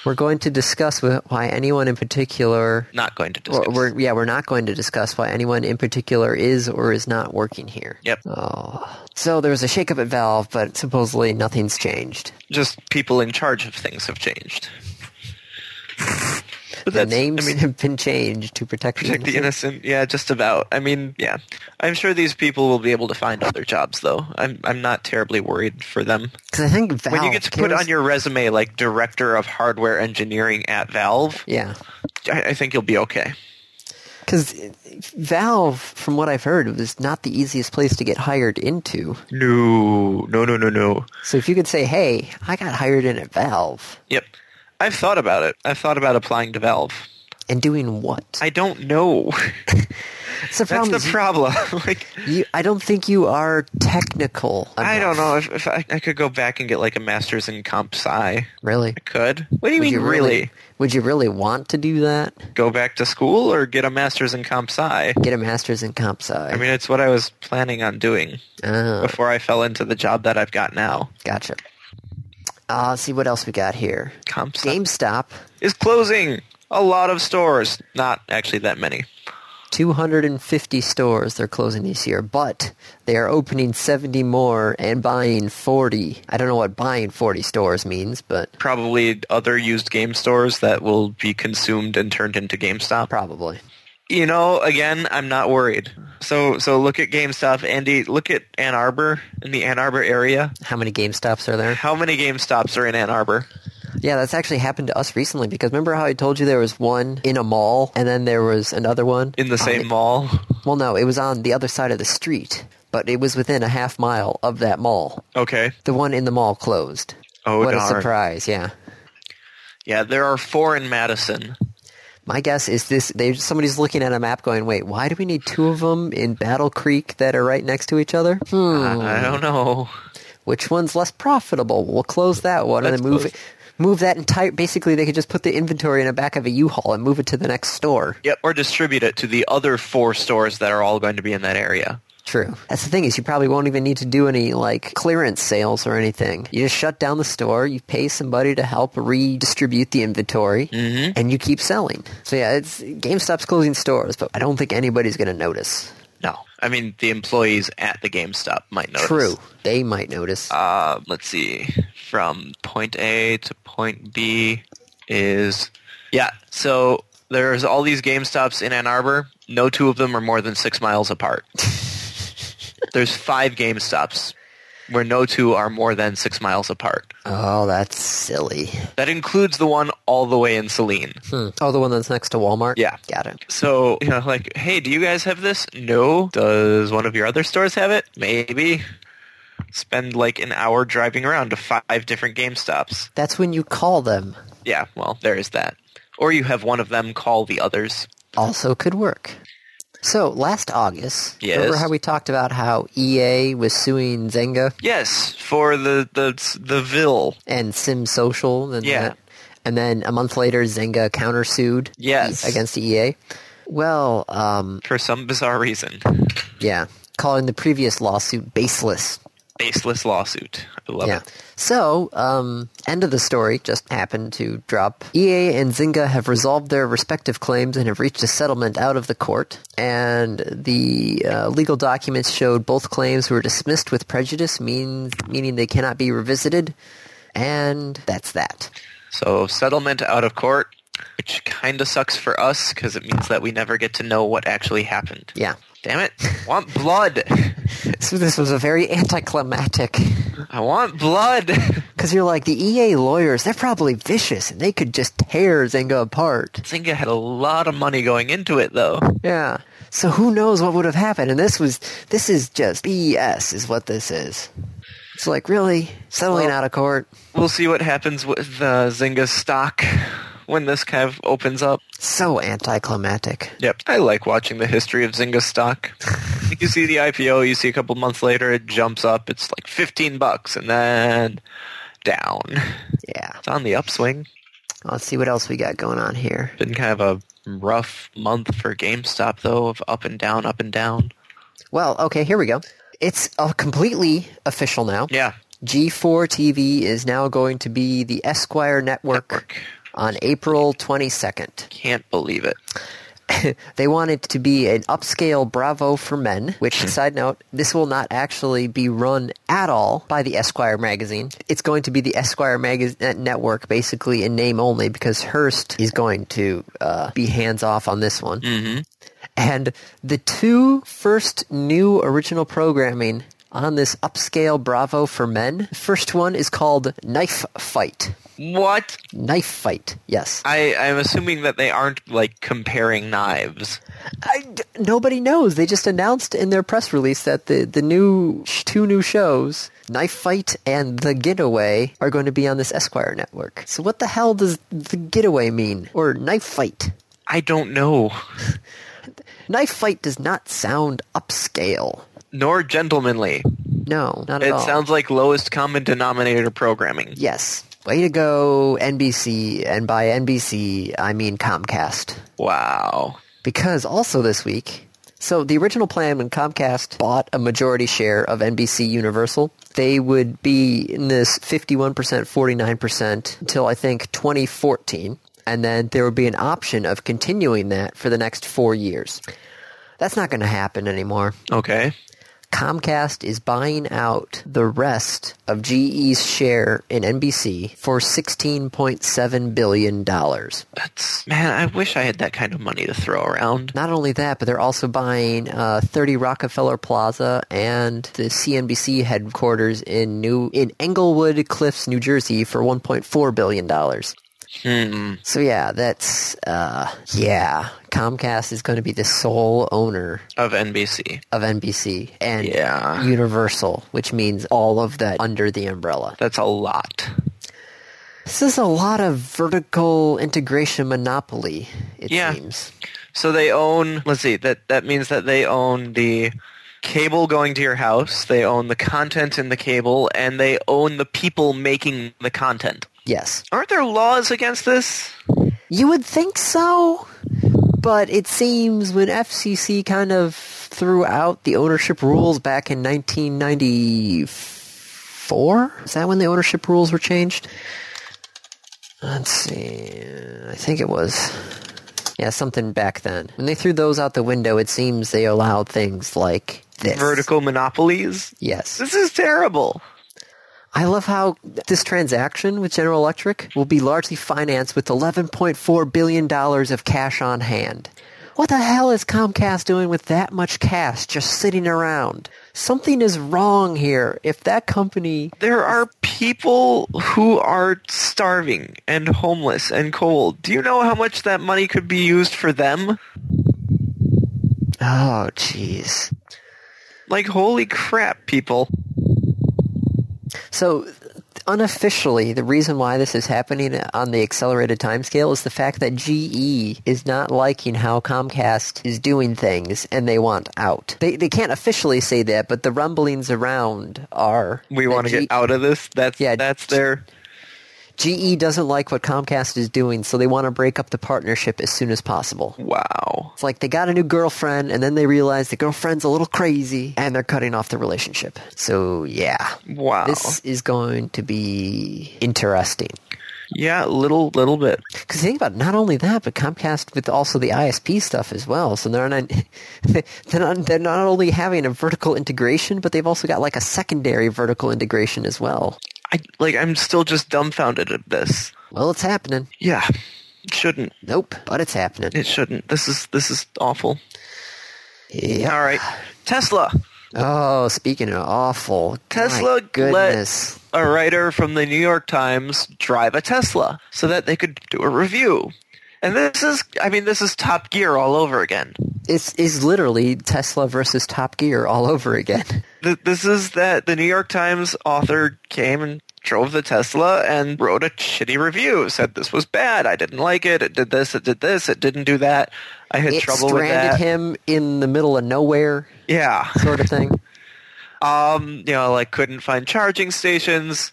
[SPEAKER 1] We're going to discuss wh- why anyone in particular
[SPEAKER 2] *laughs* Not going to discuss.
[SPEAKER 1] Or we're, yeah, we're not going to discuss why anyone in particular is or is not working here.
[SPEAKER 2] Yep.
[SPEAKER 1] Oh. So there was a shakeup at Valve, but supposedly nothing's changed.
[SPEAKER 2] just people in charge of things
[SPEAKER 1] *laughs*
[SPEAKER 2] have changed. But
[SPEAKER 1] The
[SPEAKER 2] that's,
[SPEAKER 1] names
[SPEAKER 2] I mean,
[SPEAKER 1] have been changed to protect,
[SPEAKER 2] protect the
[SPEAKER 1] innocent.
[SPEAKER 2] innocent. Yeah, just about. I mean, yeah. I'm sure these people will be able to find other jobs, though. I'm I'm not terribly worried for them.
[SPEAKER 1] 'Cause I think Valve.
[SPEAKER 2] when you get to put
[SPEAKER 1] cares-
[SPEAKER 2] on your resume like director of hardware engineering at Valve,
[SPEAKER 1] Yeah.
[SPEAKER 2] I, I think you'll be okay.
[SPEAKER 1] Because Valve, from what I've heard, was not the easiest place to get hired into.
[SPEAKER 2] No, no, no, no, no.
[SPEAKER 1] So if you could say, hey, I got hired in at Valve,
[SPEAKER 2] Yep, I've thought about it. I've thought about applying to Valve.
[SPEAKER 1] and doing what?
[SPEAKER 2] I don't know. *laughs*
[SPEAKER 1] That's the
[SPEAKER 2] That's
[SPEAKER 1] problem.
[SPEAKER 2] the
[SPEAKER 1] is you-
[SPEAKER 2] problem. *laughs* like.
[SPEAKER 1] you, I don't think you are technical.
[SPEAKER 2] I don't
[SPEAKER 1] enough,
[SPEAKER 2] know if, if I, I could go back and get like a master's in comp sci.
[SPEAKER 1] Really?
[SPEAKER 2] I could. What do you
[SPEAKER 1] Would
[SPEAKER 2] mean,
[SPEAKER 1] you
[SPEAKER 2] really?
[SPEAKER 1] Would you really want to do that?
[SPEAKER 2] Go back to school or get a master's in comp sci?
[SPEAKER 1] Get a master's in comp sci.
[SPEAKER 2] I mean, it's what I was planning on doing
[SPEAKER 1] oh,
[SPEAKER 2] before I fell into the job that I've got now.
[SPEAKER 1] gotcha. Uh, let's see what else we got here.
[SPEAKER 2] Comp sci
[SPEAKER 1] GameStop,
[SPEAKER 2] is closing a lot of stores. Not actually that many.
[SPEAKER 1] 250 stores they're closing this year, but they are opening 70 more and buying 40. I don't know what buying 40 stores means, but
[SPEAKER 2] Probably other used game stores that will be consumed and turned into GameStop.
[SPEAKER 1] probably.
[SPEAKER 2] You know, again, I'm not worried. So, so look at GameStop, Andy. Look at Ann Arbor in the Ann Arbor area.
[SPEAKER 1] How many GameStops are there?
[SPEAKER 2] How many GameStops are in Ann Arbor?
[SPEAKER 1] Yeah, that's actually happened to us recently because remember how I told you there was one in a mall and then there was another one
[SPEAKER 2] In the
[SPEAKER 1] on
[SPEAKER 2] same mall?
[SPEAKER 1] Well, no, it was on the other side of the street, but it was within a half mile of that mall.
[SPEAKER 2] Okay.
[SPEAKER 1] The one in the mall closed.
[SPEAKER 2] Oh,
[SPEAKER 1] what a
[SPEAKER 2] darn.
[SPEAKER 1] surprise! Yeah,
[SPEAKER 2] Yeah, there are four in Madison.
[SPEAKER 1] my guess is this: they somebody's looking at a map, going, "Wait, why do we need two of them in Battle Creek that are right next to each other? Hmm,
[SPEAKER 2] I don't know.
[SPEAKER 1] which one's less profitable? We'll close that one
[SPEAKER 2] Let's
[SPEAKER 1] and then move
[SPEAKER 2] close-
[SPEAKER 1] it." Move that entire. Basically, they could just put the inventory in the back of a U-Haul and move it to the next store.
[SPEAKER 2] Yep. Or distribute it to the other four stores that are all going to be in that area.
[SPEAKER 1] True. That's the thing is you probably won't even need to do any like clearance sales or anything. You just shut down the store, you pay somebody to help redistribute the inventory, and you keep selling. So yeah, it's GameStop's closing stores, but I don't think anybody's going to notice.
[SPEAKER 2] No. I mean, the employees at the GameStop might notice.
[SPEAKER 1] True. They might notice.
[SPEAKER 2] Uh, let's see. From point A to point B is. Yeah, so there's all these GameStops in Ann Arbor. No two of them are more than six miles apart. there's five GameStops where no two are more than six miles apart.
[SPEAKER 1] oh, that's silly.
[SPEAKER 2] That includes the one all the way in Celine.
[SPEAKER 1] Hmm. Oh, the one that's next to Walmart?
[SPEAKER 2] Yeah.
[SPEAKER 1] Got it.
[SPEAKER 2] So, you know, like, hey, do you guys have this? No. Does one of your other stores have it? Maybe. spend like an hour driving around to five different GameStops.
[SPEAKER 1] That's when you call them.
[SPEAKER 2] Yeah, well, there is that. Or you have one of them call the others.
[SPEAKER 1] Also could work. So last August,
[SPEAKER 2] Yes.
[SPEAKER 1] remember how we talked about how EA was suing Zynga
[SPEAKER 2] Yes, for the the the Ville.
[SPEAKER 1] and Sim Social and
[SPEAKER 2] Yeah.
[SPEAKER 1] that. And then a month later, Zynga countersued
[SPEAKER 2] Yes.
[SPEAKER 1] against EA. Well, um,
[SPEAKER 2] for some bizarre reason.
[SPEAKER 1] yeah, calling the previous lawsuit baseless.
[SPEAKER 2] Baseless lawsuit. I love
[SPEAKER 1] yeah.
[SPEAKER 2] it.
[SPEAKER 1] So, um, end of the story just happened to drop. EA and Zynga have resolved their respective claims and have reached a settlement out of the court. And the uh, legal documents showed both claims were dismissed with prejudice, mean, meaning they cannot be revisited. And that's that.
[SPEAKER 2] So settlement out of court, which kind of sucks for us because it means that we never get to know what actually happened.
[SPEAKER 1] Yeah.
[SPEAKER 2] Damn it! Want blood?
[SPEAKER 1] So this was a very anticlimactic
[SPEAKER 2] I want blood. *laughs*
[SPEAKER 1] because you're like the EA lawyers. They're probably vicious and they could just tear Zynga apart.
[SPEAKER 2] Zynga had a lot of money going into it, though.
[SPEAKER 1] Yeah. So who knows what would have happened? And this was this is just BS, is what this is. It's like really settling
[SPEAKER 2] Well-
[SPEAKER 1] out of court.
[SPEAKER 2] We'll see what happens with uh, Zynga's stock when this kind of opens up.
[SPEAKER 1] So anticlimactic.
[SPEAKER 2] Yep, I like watching the history of Zynga stock. you see the IPO, you see a couple months later, it jumps up. It's like 15 bucks, and then down.
[SPEAKER 1] Yeah.
[SPEAKER 2] It's on the upswing.
[SPEAKER 1] Let's see what else we got going on here.
[SPEAKER 2] Been kind of a rough month for GameStop, though, of up and down, up and down.
[SPEAKER 1] Well, okay, here we go. It's uh, completely official now.
[SPEAKER 2] Yeah.
[SPEAKER 1] G4 TV is now going to be the Esquire network. on April 22nd.
[SPEAKER 2] Can't believe it.
[SPEAKER 1] They want it to be an upscale Bravo for men, which, side note, this will not actually be run at all by the Esquire magazine. It's going to be the Esquire magazine network, basically in name only, because Hearst is going to uh, be hands off on this one. Mm-hmm. And the two first new original programming on this upscale Bravo for men, first one is called Knife Fight.
[SPEAKER 2] What?
[SPEAKER 1] Knife Fight, yes.
[SPEAKER 2] I, I'm assuming that they aren't, like, comparing knives.
[SPEAKER 1] I, d- nobody knows. They just announced in their press release that the the new sh- two new shows, Knife Fight and The Getaway, are going to be on this Esquire network. So what the hell does The Getaway mean or Knife Fight?
[SPEAKER 2] I don't know.
[SPEAKER 1] Knife Fight does not sound upscale.
[SPEAKER 2] Nor gentlemanly.
[SPEAKER 1] No, not at
[SPEAKER 2] It
[SPEAKER 1] all.
[SPEAKER 2] sounds like lowest common denominator programming.
[SPEAKER 1] yes. Way to go, NBC, and by NBC I mean Comcast.
[SPEAKER 2] Wow.
[SPEAKER 1] Because also this week, so the original plan when Comcast bought a majority share of NBC Universal, they would be in this 51%, 49% until I think 2014. And then there would be an option of continuing that for the next four years. That's not going to happen anymore.
[SPEAKER 2] Okay.
[SPEAKER 1] Comcast is buying out the rest of GE's share in NBC for $16.7 billion.
[SPEAKER 2] That's man, I wish I had that kind of money to throw around.
[SPEAKER 1] Not only that, but they're also buying uh, 30 Rockefeller Plaza and the CNBC headquarters in New in Englewood Cliffs, New Jersey, for 1.4 billion dollars.
[SPEAKER 2] Hmm.
[SPEAKER 1] So yeah, that's uh, yeah. Comcast is going to be the sole owner
[SPEAKER 2] Of NBC.
[SPEAKER 1] of NBC and
[SPEAKER 2] Yeah.
[SPEAKER 1] Universal, which means all of that under the umbrella.
[SPEAKER 2] That's a lot.
[SPEAKER 1] This is a lot of vertical integration monopoly. It
[SPEAKER 2] Yeah.
[SPEAKER 1] seems.
[SPEAKER 2] So they own let's see, that that means that they own the cable going to your house, they own the content in the cable, and they own the people making the content.
[SPEAKER 1] Yes.
[SPEAKER 2] Aren't there laws against this?
[SPEAKER 1] You would think so, but it seems when FCC kind of threw out the ownership rules back in 1994, is that when the ownership rules were changed? Let's see. I think it was. Yeah, something back then. When they threw those out the window, it seems they allowed things like this.
[SPEAKER 2] Vertical monopolies?
[SPEAKER 1] Yes.
[SPEAKER 2] This is terrible.
[SPEAKER 1] I love how this transaction with General Electric will be largely financed with $11.4 billion of cash on hand. What the hell is Comcast doing with that much cash just sitting around? Something is wrong here. If that company,
[SPEAKER 2] There are people who are starving and homeless and cold. Do you know how much that money could be used for them?
[SPEAKER 1] oh jeez,
[SPEAKER 2] Like, holy crap, people.
[SPEAKER 1] So unofficially, the reason why this is happening on the accelerated timescale is the fact that GE is not liking how Comcast is doing things, and they want out. They they can't officially say that, but the rumblings around are
[SPEAKER 2] We
[SPEAKER 1] that
[SPEAKER 2] want to
[SPEAKER 1] G- E
[SPEAKER 2] get out of this. That's
[SPEAKER 1] Yeah,
[SPEAKER 2] that's their
[SPEAKER 1] GE E doesn't like what Comcast is doing, so they want to break up the partnership as soon as possible.
[SPEAKER 2] wow.
[SPEAKER 1] It's like they got a new girlfriend, and then they realize the girlfriend's a little crazy, and they're cutting off the relationship. So yeah,
[SPEAKER 2] Wow.
[SPEAKER 1] this is going to be interesting.
[SPEAKER 2] yeah, little little bit.
[SPEAKER 1] Because think about it, not only that, but Comcast with also the ISP stuff as well. So they're not *laughs* they're not, they're not only having a vertical integration, but they've also got like a secondary vertical integration as well.
[SPEAKER 2] I like I'm still just dumbfounded at this.
[SPEAKER 1] Well, it's happening.
[SPEAKER 2] Yeah. It shouldn't.
[SPEAKER 1] Nope, but it's happening.
[SPEAKER 2] It shouldn't. This is this is awful.
[SPEAKER 1] Yeah.
[SPEAKER 2] All right. Tesla.
[SPEAKER 1] Oh, speaking of awful,
[SPEAKER 2] Tesla
[SPEAKER 1] my goodness.
[SPEAKER 2] let a writer from the New York Times drive a Tesla so that they could do a review. And this is I mean this is Top Gear all over again.
[SPEAKER 1] It's is literally Tesla versus Top Gear all over
[SPEAKER 2] *laughs*
[SPEAKER 1] again.
[SPEAKER 2] Th- this is that the New York Times author came and drove the Tesla and wrote a shitty review. Said this was bad. I didn't like it. It did this. It did this. It didn't do that. I had
[SPEAKER 1] It
[SPEAKER 2] trouble with
[SPEAKER 1] stranded
[SPEAKER 2] that.
[SPEAKER 1] him in the middle of nowhere,
[SPEAKER 2] Yeah.
[SPEAKER 1] sort of thing.
[SPEAKER 2] Um. You know, like couldn't find charging stations.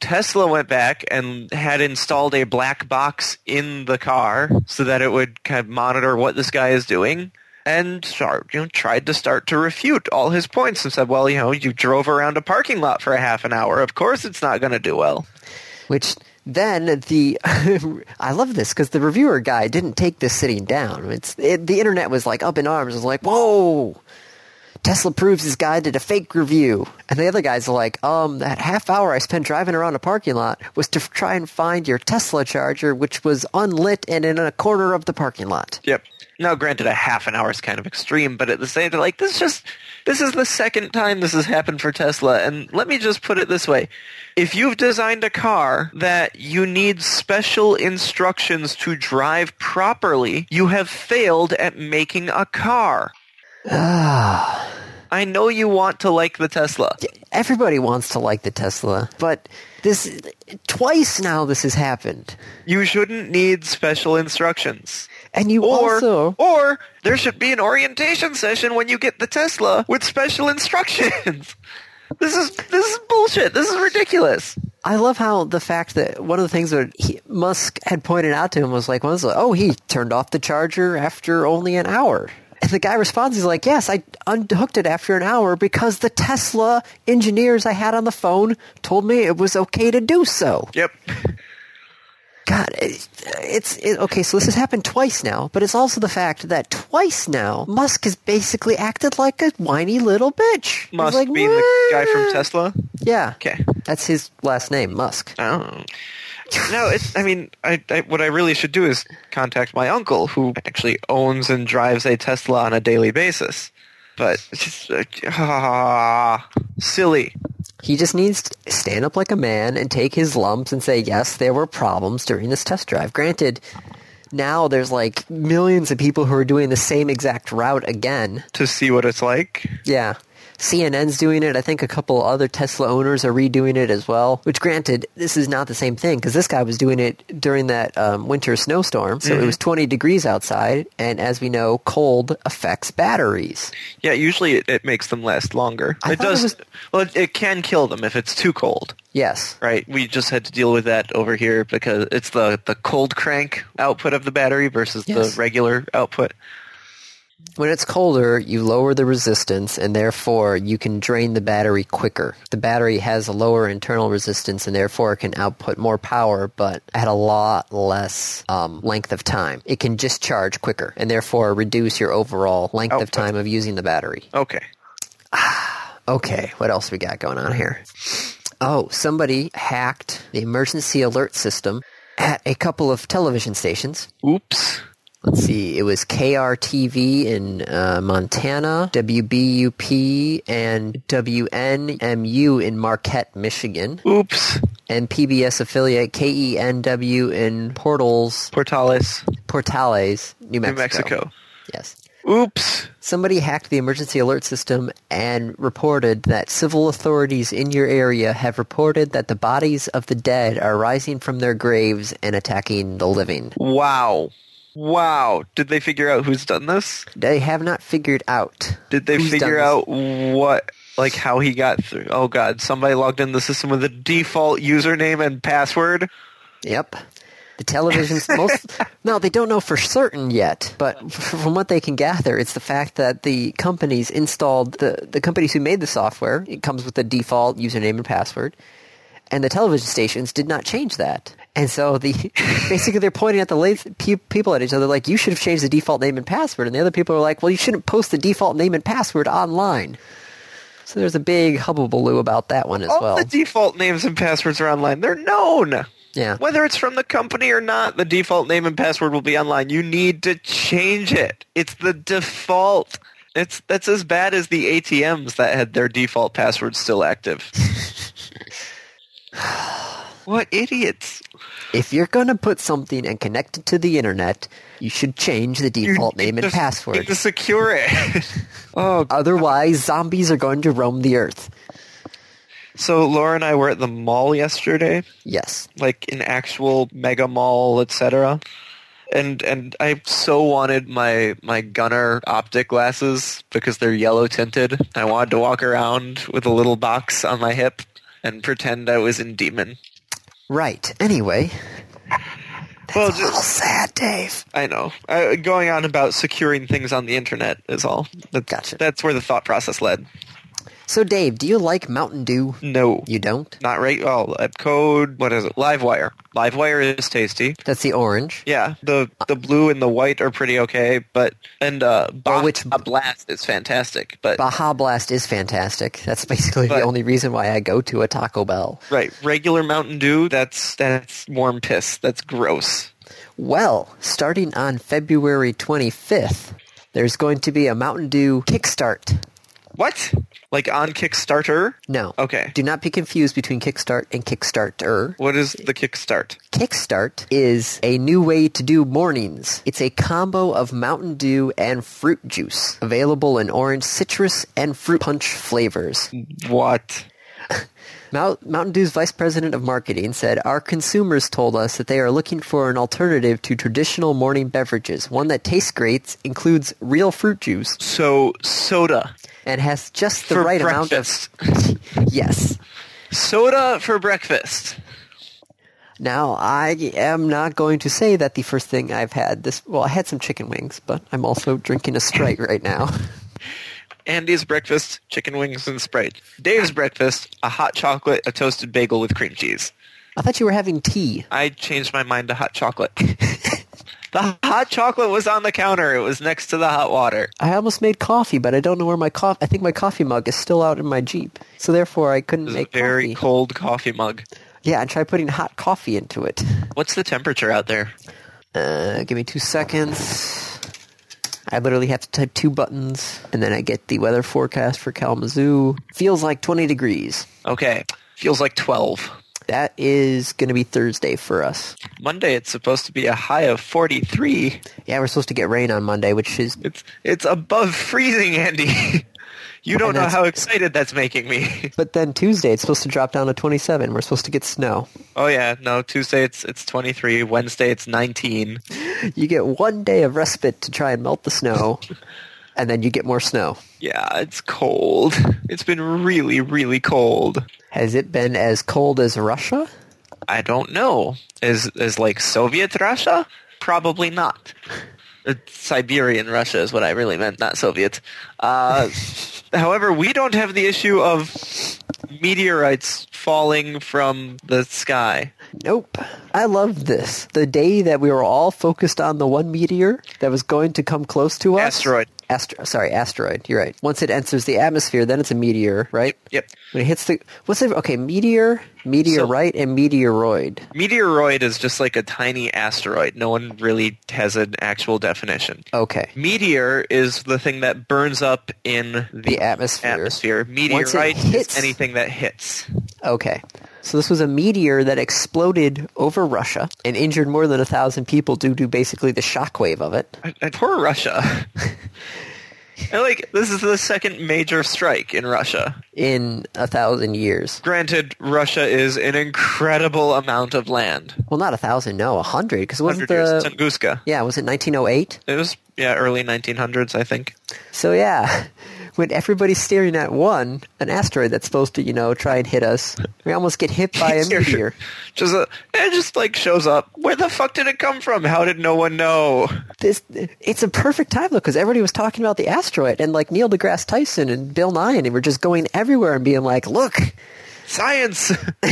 [SPEAKER 2] Tesla went back and had installed a black box in the car so that it would kind of monitor what this guy is doing. And start, you know, tried to start to refute all his points and said, "Well, you know, you drove around a parking lot for a half an hour. Of course, it's not going to do well."
[SPEAKER 1] which then the *laughs* I love this because the reviewer guy didn't take this sitting down. It's it, the internet was like up in arms. It was like, whoa, Tesla proves this guy did a fake review, and the other guy's like, um, that half hour I spent driving around a parking lot was to try and find your Tesla charger, which was unlit and in a corner of the parking lot.
[SPEAKER 2] Yep. Now, granted, a half an hour is kind of extreme, but at the same time, like this, is just this is the second time this has happened for Tesla. And let me just put it this way: if you've designed a car that you need special instructions to drive properly, you have failed at making a car. I know you want to like the Tesla.
[SPEAKER 1] Everybody wants to like the Tesla, but this twice now this has happened,
[SPEAKER 2] You shouldn't need special instructions.
[SPEAKER 1] and you
[SPEAKER 2] Or,
[SPEAKER 1] also
[SPEAKER 2] or there should be an orientation session when you get the Tesla with special instructions. *laughs* this is this is bullshit. This is ridiculous.
[SPEAKER 1] I love how the fact that one of the things that he, Musk had pointed out to him was like, was oh, he turned off the charger after only an hour. And the guy responds, he's like, yes, I unhooked it after an hour because the Tesla engineers I had on the phone told me it was okay to do so.
[SPEAKER 2] Yep.
[SPEAKER 1] God, it, it's it, okay. So this has happened twice now, but it's also the fact that twice now Musk has basically acted like a whiny little bitch. He's
[SPEAKER 2] Must
[SPEAKER 1] like,
[SPEAKER 2] be the guy from
[SPEAKER 1] "What?"
[SPEAKER 2] Tesla.
[SPEAKER 1] Yeah.
[SPEAKER 2] Okay.
[SPEAKER 1] That's his last name, Musk.
[SPEAKER 2] I don't know. No, it's. I mean, I, I, what I really should do is contact my uncle, who actually owns and drives a Tesla on a daily basis. But it's just uh, ah, *laughs* silly.
[SPEAKER 1] He just needs to stand up like a man and take his lumps and say, yes, there were problems during this test drive. Granted, now there's like millions of people who are doing the same exact route again.
[SPEAKER 2] To see what it's like.
[SPEAKER 1] Yeah. CNN's doing it. I think a couple other Tesla owners are redoing it as well. Which, granted, this is not the same thing because this guy was doing it during that um, winter snowstorm. So it was 20 degrees outside. And as we know, cold affects batteries.
[SPEAKER 2] Yeah, usually it, it makes them last longer.
[SPEAKER 1] I
[SPEAKER 2] it
[SPEAKER 1] thought it
[SPEAKER 2] does.
[SPEAKER 1] was-
[SPEAKER 2] Well, it, it can kill them if it's too cold,
[SPEAKER 1] Yes.
[SPEAKER 2] right? We just had to deal with that over here because it's the the cold crank output of the battery versus
[SPEAKER 1] Yes.
[SPEAKER 2] the regular output.
[SPEAKER 1] When it's colder, you lower the resistance and therefore you can drain the battery quicker. The battery has a lower internal resistance and therefore it can output more power but at a lot less um, length of time. It can just charge quicker and therefore reduce your overall length of
[SPEAKER 2] Output.
[SPEAKER 1] time of using the battery.
[SPEAKER 2] Okay.
[SPEAKER 1] Okay, what else we got going on here? Oh, somebody hacked the emergency alert system at a couple of television stations.
[SPEAKER 2] Oops.
[SPEAKER 1] Let's see, it was KRTV in uh, Montana, WBUP and WNMU in Marquette, Michigan,
[SPEAKER 2] Oops.
[SPEAKER 1] and PBS affiliate KENW in Portals,
[SPEAKER 2] Portales,
[SPEAKER 1] Portales, New
[SPEAKER 2] New
[SPEAKER 1] Mexico.
[SPEAKER 2] Mexico.
[SPEAKER 1] Yes.
[SPEAKER 2] Oops.
[SPEAKER 1] somebody hacked the emergency alert system and reported that civil authorities in your area have reported that the bodies of the dead are rising from their graves and attacking the living.
[SPEAKER 2] Wow. Wow. Did they figure out who's done this?
[SPEAKER 1] They have not figured out.
[SPEAKER 2] Did they
[SPEAKER 1] who's done
[SPEAKER 2] figure
[SPEAKER 1] this.
[SPEAKER 2] out what, like, how he got through? Oh, God. Somebody logged in the system with a default username and password?
[SPEAKER 1] Yep. The
[SPEAKER 2] *laughs*
[SPEAKER 1] television's most. No, they don't know for certain yet, but f- from what they can gather, it's the fact that the companies installed the the companies who made the software. It comes with the default username and password, and the television stations did not change that. And so the *laughs* basically they're pointing at the late pe- people at each other like you should have changed the default name and password, and the other people are like, well, you shouldn't post the default name and password online. So there's a big hubbubaloo about that one as
[SPEAKER 2] All
[SPEAKER 1] well.
[SPEAKER 2] the default names and passwords are online. They're known.
[SPEAKER 1] Yeah.
[SPEAKER 2] Whether it's from the company or not, the default name and password will be online. You need to change it. It's the default. It's that's as bad as the ATMs that had their default passwords still active.
[SPEAKER 1] *sighs*
[SPEAKER 2] what idiots.
[SPEAKER 1] If you're going to put something and connect it to the internet, you should change the
[SPEAKER 2] You
[SPEAKER 1] default
[SPEAKER 2] need
[SPEAKER 1] name
[SPEAKER 2] to-
[SPEAKER 1] and
[SPEAKER 2] need to
[SPEAKER 1] password.
[SPEAKER 2] secure it. *laughs* oh,
[SPEAKER 1] Otherwise, zombies are going to roam the earth.
[SPEAKER 2] so Laura and I were at the mall yesterday.
[SPEAKER 1] Yes.
[SPEAKER 2] like an actual mega mall, etc. And and I so wanted my my gunner optic glasses because they're yellow tinted. I wanted to walk around with a little box on my hip and pretend I was in demon.
[SPEAKER 1] Right. Anyway,
[SPEAKER 2] Well,
[SPEAKER 1] it's a little
[SPEAKER 2] just,
[SPEAKER 1] sad, Dave.
[SPEAKER 2] I know. I, going on about securing things on the internet is all. That,
[SPEAKER 1] Gotcha.
[SPEAKER 2] That's where the thought process led.
[SPEAKER 1] So, Dave, do you like Mountain Dew?
[SPEAKER 2] No.
[SPEAKER 1] You don't?
[SPEAKER 2] Not right. Oh, uh, code. What is it? Livewire. Livewire is tasty.
[SPEAKER 1] That's the orange.
[SPEAKER 2] Yeah, the the blue and the white are pretty okay, but and uh, Baja
[SPEAKER 1] which-
[SPEAKER 2] Blast is fantastic, but
[SPEAKER 1] Baja Blast is fantastic. That's *laughs* basically
[SPEAKER 2] But-
[SPEAKER 1] the only reason why I go to a Taco Bell.
[SPEAKER 2] right, regular Mountain Dew that's that's warm piss, that's gross.
[SPEAKER 1] Well, starting on February 25th, there's going to be a Mountain Dew kickstart.
[SPEAKER 2] What? Like on Kickstarter?
[SPEAKER 1] No.
[SPEAKER 2] Okay.
[SPEAKER 1] Do not be confused between Kickstart and Kickstarter.
[SPEAKER 2] What is the kickstart?
[SPEAKER 1] Kickstart is a new way to do mornings. It's a combo of Mountain Dew and fruit juice, available in orange, citrus, and fruit punch flavors.
[SPEAKER 2] What?
[SPEAKER 1] Mount, Mountain Dew's vice president of marketing said, Our consumers told us that they are looking for an alternative to traditional morning beverages, one that tastes great, includes real fruit juice,
[SPEAKER 2] So soda
[SPEAKER 1] and has just the
[SPEAKER 2] for
[SPEAKER 1] right
[SPEAKER 2] breakfast.
[SPEAKER 1] amount of. Yes.
[SPEAKER 2] soda for breakfast.
[SPEAKER 1] Now, I am not going to say that the first thing I've had this. Well, I had some chicken wings, but I'm also drinking a Sprite right now.
[SPEAKER 2] Andy's breakfast, chicken wings and Sprite. Dave's breakfast, a hot chocolate, a toasted bagel with cream cheese.
[SPEAKER 1] I thought you were having tea.
[SPEAKER 2] I changed my mind to hot chocolate. *laughs* the hot chocolate was on the counter. It was next to the hot water.
[SPEAKER 1] I almost made coffee, but I don't know where my coffee. I think my coffee mug is still out in my Jeep, so therefore I
[SPEAKER 2] It
[SPEAKER 1] couldn't
[SPEAKER 2] was a
[SPEAKER 1] make
[SPEAKER 2] very
[SPEAKER 1] coffee.
[SPEAKER 2] cold coffee mug.
[SPEAKER 1] Yeah, and try putting hot coffee into it.
[SPEAKER 2] What's the temperature out there?
[SPEAKER 1] Uh, give me two seconds. I literally have to type two buttons, and then I get the weather forecast for Kalamazoo. Feels like 20 degrees.
[SPEAKER 2] Okay. Feels like 12.
[SPEAKER 1] That is going to be Thursday for us.
[SPEAKER 2] Monday it's supposed to be a high of 43.
[SPEAKER 1] Yeah, we're supposed to get rain on Monday, which is
[SPEAKER 2] It's it's above freezing, Andy. *laughs* you don't
[SPEAKER 1] And
[SPEAKER 2] know
[SPEAKER 1] that's-
[SPEAKER 2] how excited that's making me. *laughs*
[SPEAKER 1] But then Tuesday, it's supposed to drop down to 27. We're supposed to get snow.
[SPEAKER 2] oh yeah, no, Tuesday it's it's 23, Wednesday it's 19.
[SPEAKER 1] You get one day of respite to try and melt the snow, and then you get more snow.
[SPEAKER 2] Yeah, it's cold. It's been really really cold.
[SPEAKER 1] Has it been as cold as Russia?
[SPEAKER 2] I don't know. Is is like Soviet Russia? Probably not. It's Siberian Russia is what I really meant, not Soviet. Uh, *laughs* however, we don't have the issue of meteorites falling from the sky.
[SPEAKER 1] Nope. I love this. The day that we were all focused on the one meteor that was going to come close to us.
[SPEAKER 2] Asteroid.
[SPEAKER 1] Astro- sorry, asteroid. You're right. Once it enters the atmosphere, then it's a meteor, right?
[SPEAKER 2] Yep.
[SPEAKER 1] When it hits the what's it? Okay, meteor, meteorite, and meteoroid.
[SPEAKER 2] Meteoroid is just like a tiny asteroid. No one really has an actual definition.
[SPEAKER 1] Okay,
[SPEAKER 2] Meteor is the thing that burns up in the,
[SPEAKER 1] the atmosphere.
[SPEAKER 2] atmosphere.
[SPEAKER 1] Once it
[SPEAKER 2] Meteorite
[SPEAKER 1] hits-
[SPEAKER 2] is anything that hits.
[SPEAKER 1] Okay. So this was a meteor that exploded over Russia and injured more than a thousand people due to basically the shockwave of it.
[SPEAKER 2] I- I- Poor Russia. *laughs* And like this is the second major strike in Russia.
[SPEAKER 1] in a thousand years.
[SPEAKER 2] Granted, Russia is an incredible amount of land.
[SPEAKER 1] Well, not a thousand, no, a hundred. Because it wasn't
[SPEAKER 2] Hundred years. It's
[SPEAKER 1] the
[SPEAKER 2] in Guska.
[SPEAKER 1] yeah, was it 1908?
[SPEAKER 2] It was yeah, early 1900s, I think.
[SPEAKER 1] So yeah, *laughs* when everybody's staring at one, an asteroid that's supposed to you know try and hit us, we almost get hit *laughs* by
[SPEAKER 2] *laughs*
[SPEAKER 1] a
[SPEAKER 2] Here.
[SPEAKER 1] meteor.
[SPEAKER 2] Just a, it just like shows up. Where the fuck did it come from? How did no one know?
[SPEAKER 1] This it's a perfect time though because everybody was talking about the asteroid and like Neil deGrasse Tyson and Bill Nye and they were just going everywhere and being like, look.
[SPEAKER 2] Science. *laughs*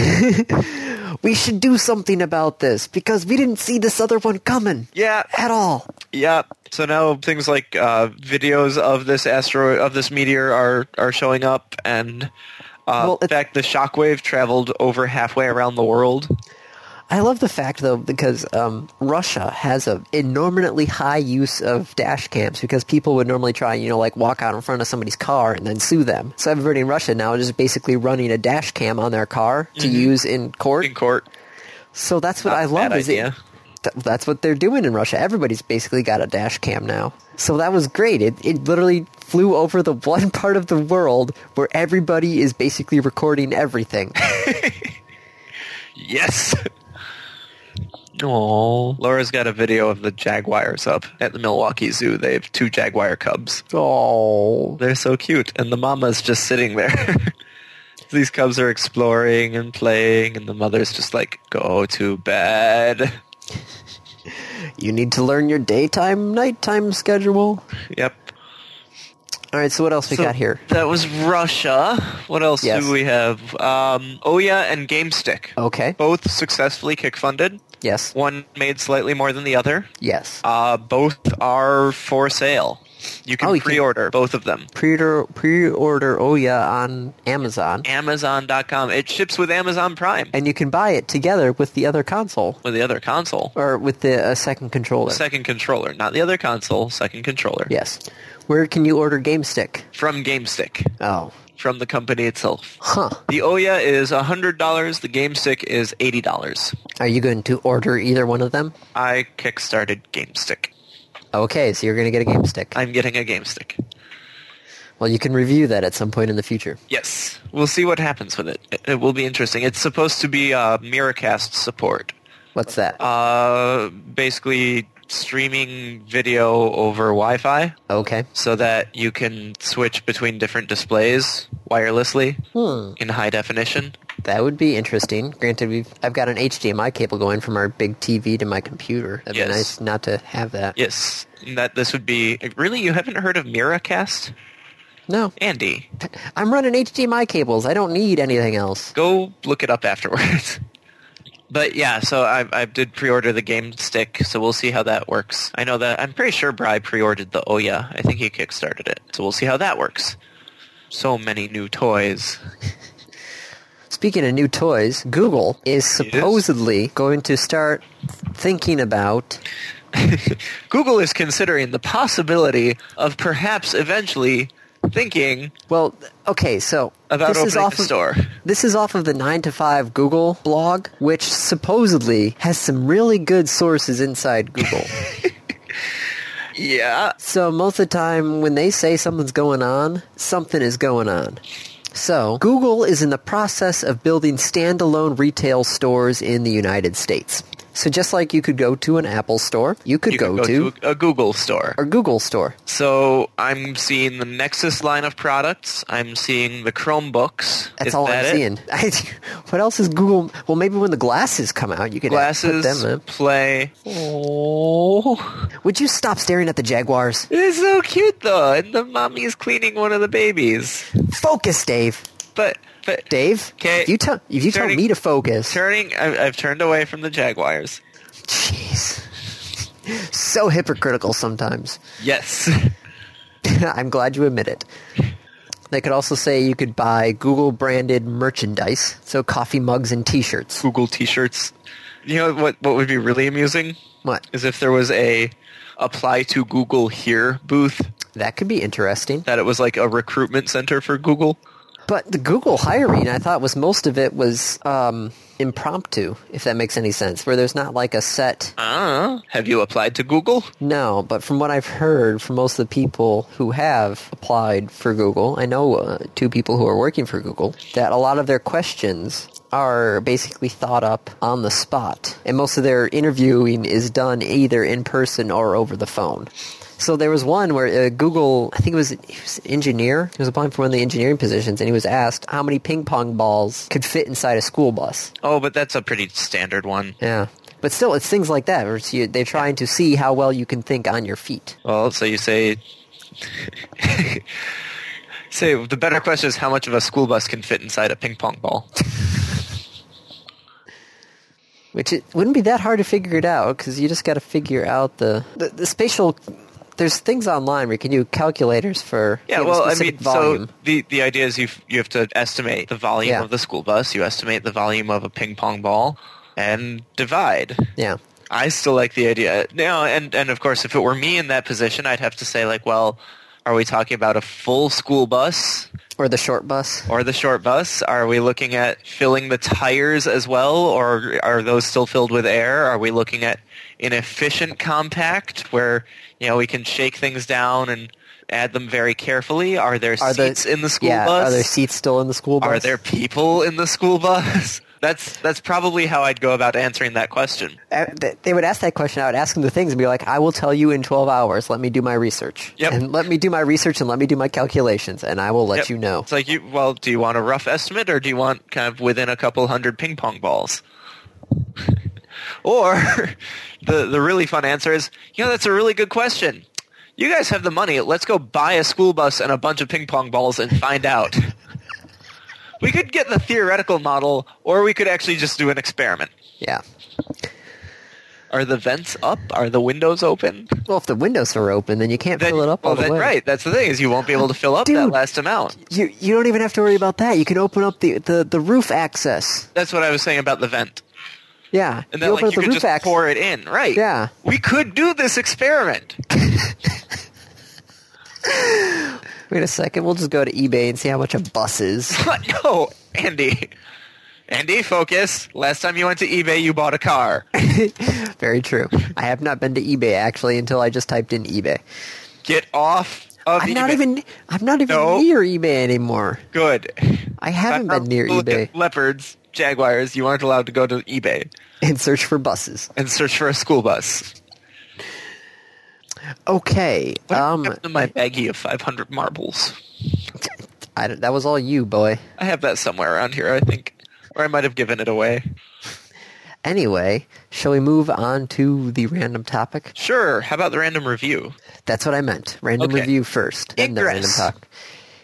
[SPEAKER 1] We should do something about this because we didn't see this other one coming
[SPEAKER 2] yeah,
[SPEAKER 1] at all.
[SPEAKER 2] yeah. So now things like uh, videos of this asteroid of this meteor are are showing up, and uh,
[SPEAKER 1] Well,
[SPEAKER 2] in
[SPEAKER 1] it-
[SPEAKER 2] fact, the shockwave traveled over halfway around the world.
[SPEAKER 1] I love the fact though because um, Russia has a inordinately high use of dash cams because people would normally try you know like walk out in front of somebody's car and then sue them. So everybody in Russia now is just basically running a dash cam on their car to use in court.
[SPEAKER 2] In court,
[SPEAKER 1] So that's what
[SPEAKER 2] Not
[SPEAKER 1] I
[SPEAKER 2] a
[SPEAKER 1] love
[SPEAKER 2] bad
[SPEAKER 1] is it-
[SPEAKER 2] idea.
[SPEAKER 1] th- that's what they're doing in Russia. Everybody's basically got a dash cam now. So that was great. It it literally flew over the *laughs* one part of the world where everybody is basically recording
[SPEAKER 2] *laughs*
[SPEAKER 1] everything.
[SPEAKER 2] yes. *laughs* Oh, Laura's got a video of the jaguars up at the Milwaukee Zoo. They have two jaguar cubs.
[SPEAKER 1] oh.
[SPEAKER 2] They're so cute, and the mama's just sitting there. *laughs* These cubs are exploring and playing, and the mother's just like, "Go to bed." *laughs*
[SPEAKER 1] You need to learn your daytime, nighttime schedule.
[SPEAKER 2] Yep.
[SPEAKER 1] All right, so what else we
[SPEAKER 2] So
[SPEAKER 1] got here?
[SPEAKER 2] That was Russia. What else
[SPEAKER 1] Yes.
[SPEAKER 2] do we have? Um, Oya and GameStick
[SPEAKER 1] Okay.
[SPEAKER 2] both successfully kick funded.
[SPEAKER 1] Yes.
[SPEAKER 2] One made slightly more than the other.
[SPEAKER 1] Yes.
[SPEAKER 2] Uh, both are for sale. You can
[SPEAKER 1] Oh, you can-
[SPEAKER 2] pre-order both of them.
[SPEAKER 1] Pre-order, pre-order Oya on Amazon,
[SPEAKER 2] Amazon.com. It ships with Amazon Prime
[SPEAKER 1] and you can buy it together with the other console
[SPEAKER 2] with the other console.
[SPEAKER 1] or with the uh, second controller.
[SPEAKER 2] Second controller, not the other console. Second controller.
[SPEAKER 1] yes. Where can you order GameStick?
[SPEAKER 2] From GameStick,
[SPEAKER 1] Oh,
[SPEAKER 2] from the company itself.
[SPEAKER 1] huh.
[SPEAKER 2] The Oya is hundred dollars. The GameStick is eighty dollars.
[SPEAKER 1] Are you going to order either one of them?
[SPEAKER 2] I kickstarted GameStick.
[SPEAKER 1] Okay, so you're going to get a GameStick.
[SPEAKER 2] I'm getting a GameStick.
[SPEAKER 1] well, you can review that at some point in the future.
[SPEAKER 2] Yes, we'll see what happens with it. It, it will be interesting. It's supposed to be uh, Miracast support.
[SPEAKER 1] What's that?
[SPEAKER 2] Uh, basically streaming video over Wi-Fi
[SPEAKER 1] okay.
[SPEAKER 2] so that you can switch between different displays wirelessly
[SPEAKER 1] Hmm.
[SPEAKER 2] in high definition.
[SPEAKER 1] That would be interesting. Granted, we've I've got an HDMI cable going from our big TV to my computer. That'd
[SPEAKER 2] Yes.
[SPEAKER 1] be nice not to have that.
[SPEAKER 2] Yes, and that this would be really. You haven't heard of Miracast,
[SPEAKER 1] No,
[SPEAKER 2] Andy?
[SPEAKER 1] I'm running HDMI cables. I don't need anything else.
[SPEAKER 2] Go look it
[SPEAKER 1] *laughs*
[SPEAKER 2] up afterwards. But yeah, so I, I did pre-order the game stick, so we'll see how that works. I know that I'm pretty sure Bry pre-ordered the Oya. I think he kickstarted it, so we'll see how that works. So many new toys. *laughs*
[SPEAKER 1] Speaking of new toys, Google is supposedly going to start thinking about
[SPEAKER 2] Google is considering the possibility of perhaps eventually thinking
[SPEAKER 1] well, okay, so
[SPEAKER 2] about
[SPEAKER 1] this
[SPEAKER 2] opening
[SPEAKER 1] is off
[SPEAKER 2] the
[SPEAKER 1] of,
[SPEAKER 2] store.
[SPEAKER 1] This is off of the 9 to 5 Google blog, which supposedly has some really good sources inside
[SPEAKER 2] *laughs*
[SPEAKER 1] Google.
[SPEAKER 2] Yeah,
[SPEAKER 1] So most of the time when they say something's going on, something is going on. So Google is in the process of building standalone retail stores in the United States. So just like you could go to an Apple store, you could
[SPEAKER 2] you
[SPEAKER 1] go,
[SPEAKER 2] could
[SPEAKER 1] to,
[SPEAKER 2] go to a Google store.
[SPEAKER 1] a Google store.
[SPEAKER 2] So I'm seeing the Nexus line of products. I'm seeing the Chromebooks.
[SPEAKER 1] That's
[SPEAKER 2] Is
[SPEAKER 1] all
[SPEAKER 2] that
[SPEAKER 1] I'm
[SPEAKER 2] it?
[SPEAKER 1] seeing. *laughs* I, what else is Google? Well, maybe when the glasses come out, you could put
[SPEAKER 2] Glasses,
[SPEAKER 1] them
[SPEAKER 2] play. Oh,
[SPEAKER 1] in. Would you stop staring at the Jaguars?
[SPEAKER 2] it's so cute though, and the mommy's cleaning one of the babies.
[SPEAKER 1] Focus, Dave.
[SPEAKER 2] But but
[SPEAKER 1] Dave,
[SPEAKER 2] 'Kay.
[SPEAKER 1] if you tell if you tell
[SPEAKER 2] Turning-
[SPEAKER 1] me to focus,
[SPEAKER 2] turning, I, I've turned away from the Jaguars.
[SPEAKER 1] jeez, so hypocritical sometimes. *laughs*
[SPEAKER 2] Yes, *laughs*
[SPEAKER 1] I'm glad you admit it. They could also say you could buy Google branded merchandise, so coffee mugs and T-shirts.
[SPEAKER 2] Google T-shirts. You know what? What would be really amusing
[SPEAKER 1] What?
[SPEAKER 2] is if there was a apply to Google here booth
[SPEAKER 1] That could be interesting.
[SPEAKER 2] that it was like a recruitment center for Google.
[SPEAKER 1] But the Google hiring, I thought, was most of it was um, impromptu, if that makes any sense, where there's not like a set.
[SPEAKER 2] Ah, have you applied to Google?
[SPEAKER 1] No, but from what I've heard from most of the people who have applied for Google, I know uh, two people who are working for Google, that a lot of their questions are basically thought up on the spot. And most of their interviewing is done either in person or over the phone. So there was one where uh, Google, I think it was, he was an engineer, he was applying for one of the engineering positions, and he was asked how many ping pong balls could fit inside a school bus.
[SPEAKER 2] Oh, but that's a pretty standard one.
[SPEAKER 1] Yeah. But still, it's things like that. Where it's you, they're trying to see how well you can think on your feet.
[SPEAKER 2] Well, so you say. *laughs* say the better question is how much of a school bus can fit inside a ping pong ball.
[SPEAKER 1] Which it wouldn't be that hard to figure it out because you just got to figure out the, the the spatial. There's things online where you can do calculators for
[SPEAKER 2] *laughs* Yeah,
[SPEAKER 1] you know,
[SPEAKER 2] well, I
[SPEAKER 1] specific
[SPEAKER 2] mean,
[SPEAKER 1] volume.
[SPEAKER 2] so the the idea is you you have to estimate the volume
[SPEAKER 1] Yeah.
[SPEAKER 2] of the school bus, you estimate the volume of a ping pong ball, and divide.
[SPEAKER 1] yeah,
[SPEAKER 2] I still like the idea. Now, and and of course, if it were me in that position, I'd have to say like, well, are we talking about a full school bus
[SPEAKER 1] or the short bus.
[SPEAKER 2] or the short bus? Are we looking at filling the tires as well, or are those still filled with air? Are we looking at an efficient compact where you know we can shake things down and add them very carefully? Are there
[SPEAKER 1] Are the-
[SPEAKER 2] seats in the school
[SPEAKER 1] yeah,
[SPEAKER 2] bus?
[SPEAKER 1] Are there seats still in the school bus?
[SPEAKER 2] Are there people in the school bus? *laughs* That's that's probably how I'd go about answering that question.
[SPEAKER 1] Uh, th- They would ask that question. I would ask them the things and be like, "I will tell you in 12 hours. Let me do my research.
[SPEAKER 2] Yep.
[SPEAKER 1] And let me do my research and let me do my calculations, and I will let
[SPEAKER 2] Yep.
[SPEAKER 1] you know."
[SPEAKER 2] It's like you well, do you want a rough estimate or do you want kind of within a couple hundred ping pong balls? *laughs* or *laughs* the the really fun answer is, you know, that's a really good question. You guys have the money. Let's go buy a school bus and a bunch of ping pong balls and find out. *laughs* we could get the theoretical model or we could actually just do an experiment.
[SPEAKER 1] Yeah.
[SPEAKER 2] Are the vents up? Are the windows open?
[SPEAKER 1] Well, if the windows are open, then you can't
[SPEAKER 2] Then-
[SPEAKER 1] fill it up
[SPEAKER 2] well,
[SPEAKER 1] all the
[SPEAKER 2] then-
[SPEAKER 1] way.
[SPEAKER 2] Right. That's the thing is you won't be able to fill up that
[SPEAKER 1] Dude.
[SPEAKER 2] last amount.
[SPEAKER 1] You you don't even have to worry about that. You can open up the the, the roof access.
[SPEAKER 2] That's what I was saying about the vent.
[SPEAKER 1] Yeah.
[SPEAKER 2] And
[SPEAKER 1] you
[SPEAKER 2] then
[SPEAKER 1] open up
[SPEAKER 2] like,
[SPEAKER 1] the
[SPEAKER 2] you could
[SPEAKER 1] roof
[SPEAKER 2] just
[SPEAKER 1] access.
[SPEAKER 2] pour it in, right?
[SPEAKER 1] Yeah.
[SPEAKER 2] We could do this experiment. *laughs*
[SPEAKER 1] Wait a second. We'll just go to eBay and see how much a bus
[SPEAKER 2] *laughs*
[SPEAKER 1] is.
[SPEAKER 2] But no, Andy. Andy, focus. Last time you went to eBay, you bought a car.
[SPEAKER 1] Very true. I have not been to eBay actually until I just typed in eBay.
[SPEAKER 2] Get off of
[SPEAKER 1] I'm
[SPEAKER 2] Oh, eBay.
[SPEAKER 1] not even I'm not even
[SPEAKER 2] No.
[SPEAKER 1] near eBay anymore.
[SPEAKER 2] good.
[SPEAKER 1] I haven't been near
[SPEAKER 2] Look
[SPEAKER 1] eBay
[SPEAKER 2] at leopards, jaguars. You aren't allowed to go to eBay
[SPEAKER 1] and search for buses.
[SPEAKER 2] and search for a school bus.
[SPEAKER 1] Okay.
[SPEAKER 2] What
[SPEAKER 1] Um
[SPEAKER 2] happened to my baggie of 500 marbles?
[SPEAKER 1] I don't- that was all you, boy.
[SPEAKER 2] I have that somewhere around here, I think. Or I might have given it away.
[SPEAKER 1] Anyway, shall we move on to the random topic?
[SPEAKER 2] Sure. How about the random review?
[SPEAKER 1] That's what I meant. Random
[SPEAKER 2] Okay.
[SPEAKER 1] review first, and then random
[SPEAKER 2] Ingress.
[SPEAKER 1] talk.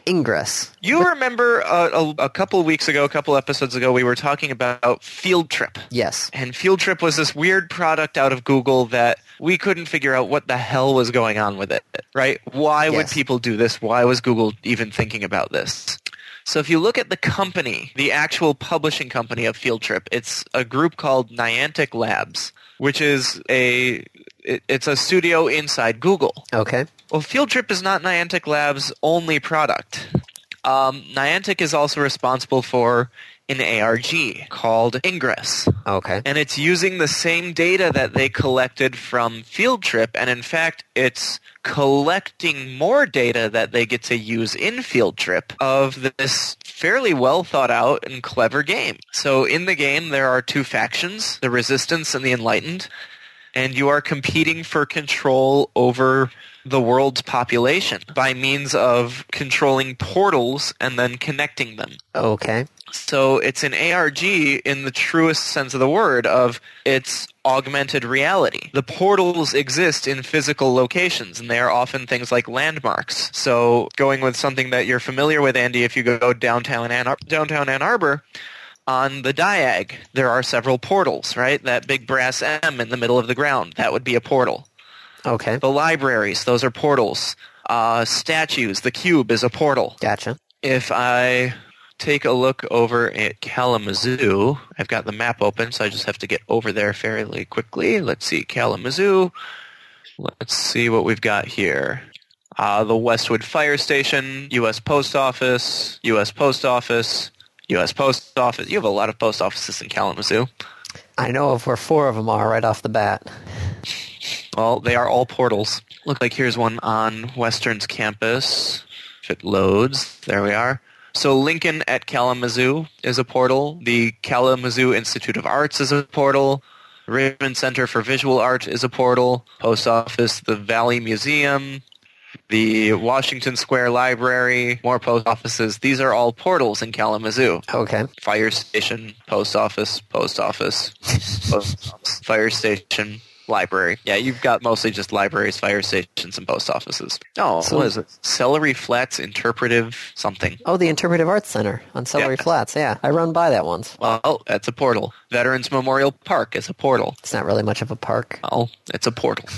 [SPEAKER 1] Ingress.
[SPEAKER 2] You remember uh, a, a couple weeks ago, a couple episodes ago, we were talking about Field Trip.
[SPEAKER 1] Yes.
[SPEAKER 2] And Field Trip was this weird product out of Google that we couldn't figure out what the hell was going on with it, right? Why would
[SPEAKER 1] Yes.
[SPEAKER 2] people do this? Why was Google even thinking about this? So if you look at the company, the actual publishing company of Field Trip, it's a group called Niantic Labs, which is a it- it's a studio inside Google.
[SPEAKER 1] Okay.
[SPEAKER 2] Well, Field Trip is not Niantic Labs' only product. Um, Niantic is also responsible for an ARG called Ingress.
[SPEAKER 1] Okay.
[SPEAKER 2] And it's using the same data that they collected from Field Trip, and in fact, it's collecting more data that they get to use in Field Trip of this fairly well thought out and clever game. So in the game, there are two factions, the Resistance and the Enlightened, and you are competing for control over the world's population by means of controlling portals and then connecting them.
[SPEAKER 1] Okay.
[SPEAKER 2] So it's an ARG in the truest sense of the word of it's augmented reality. The portals exist in physical locations and they are often things like landmarks. So going with something that you're familiar with Andy if you go downtown Ann, Ar- downtown Ann Arbor on the diag there are several portals, right? That big brass M in the middle of the ground, that would be a portal.
[SPEAKER 1] Okay.
[SPEAKER 2] The libraries, those are portals. Uh, statues, the cube is a portal
[SPEAKER 1] Gotcha.
[SPEAKER 2] if I take a look over at Kalamazoo, I've got the map open, so I just have to get over there fairly quickly. Let's see, Kalamazoo. Let's see what we've got here. uh, the Westwood Fire Station, U.S. Post Office, U.S. Post Office, U.S. Post Office. You have a lot of post offices in Kalamazoo.
[SPEAKER 1] I know of where four of them are right off the bat.
[SPEAKER 2] Well, they are all portals. Look like here's one on Western's campus. If it loads, there we are. So Lincoln at Kalamazoo is a portal. The Kalamazoo Institute of Arts is a portal. Raymond Center for Visual Art is a portal. Post office, the Valley Museum, the Washington Square Library, more post offices. These are all portals in Kalamazoo.
[SPEAKER 1] Okay.
[SPEAKER 2] Fire station, post office, post office,
[SPEAKER 1] *laughs*
[SPEAKER 2] post office, fire station, library. Yeah, you've got mostly just libraries, fire stations, and post offices. Oh,
[SPEAKER 1] So-
[SPEAKER 2] what is it? Celery Flats Interpretive something.
[SPEAKER 1] Oh, the Interpretive Arts Center on Celery
[SPEAKER 2] Yeah.
[SPEAKER 1] Flats. Yeah, I run by that once.
[SPEAKER 2] Well, that's a portal. Veterans Memorial Park is a portal.
[SPEAKER 1] It's not really much of a park.
[SPEAKER 2] Well, it's a portal.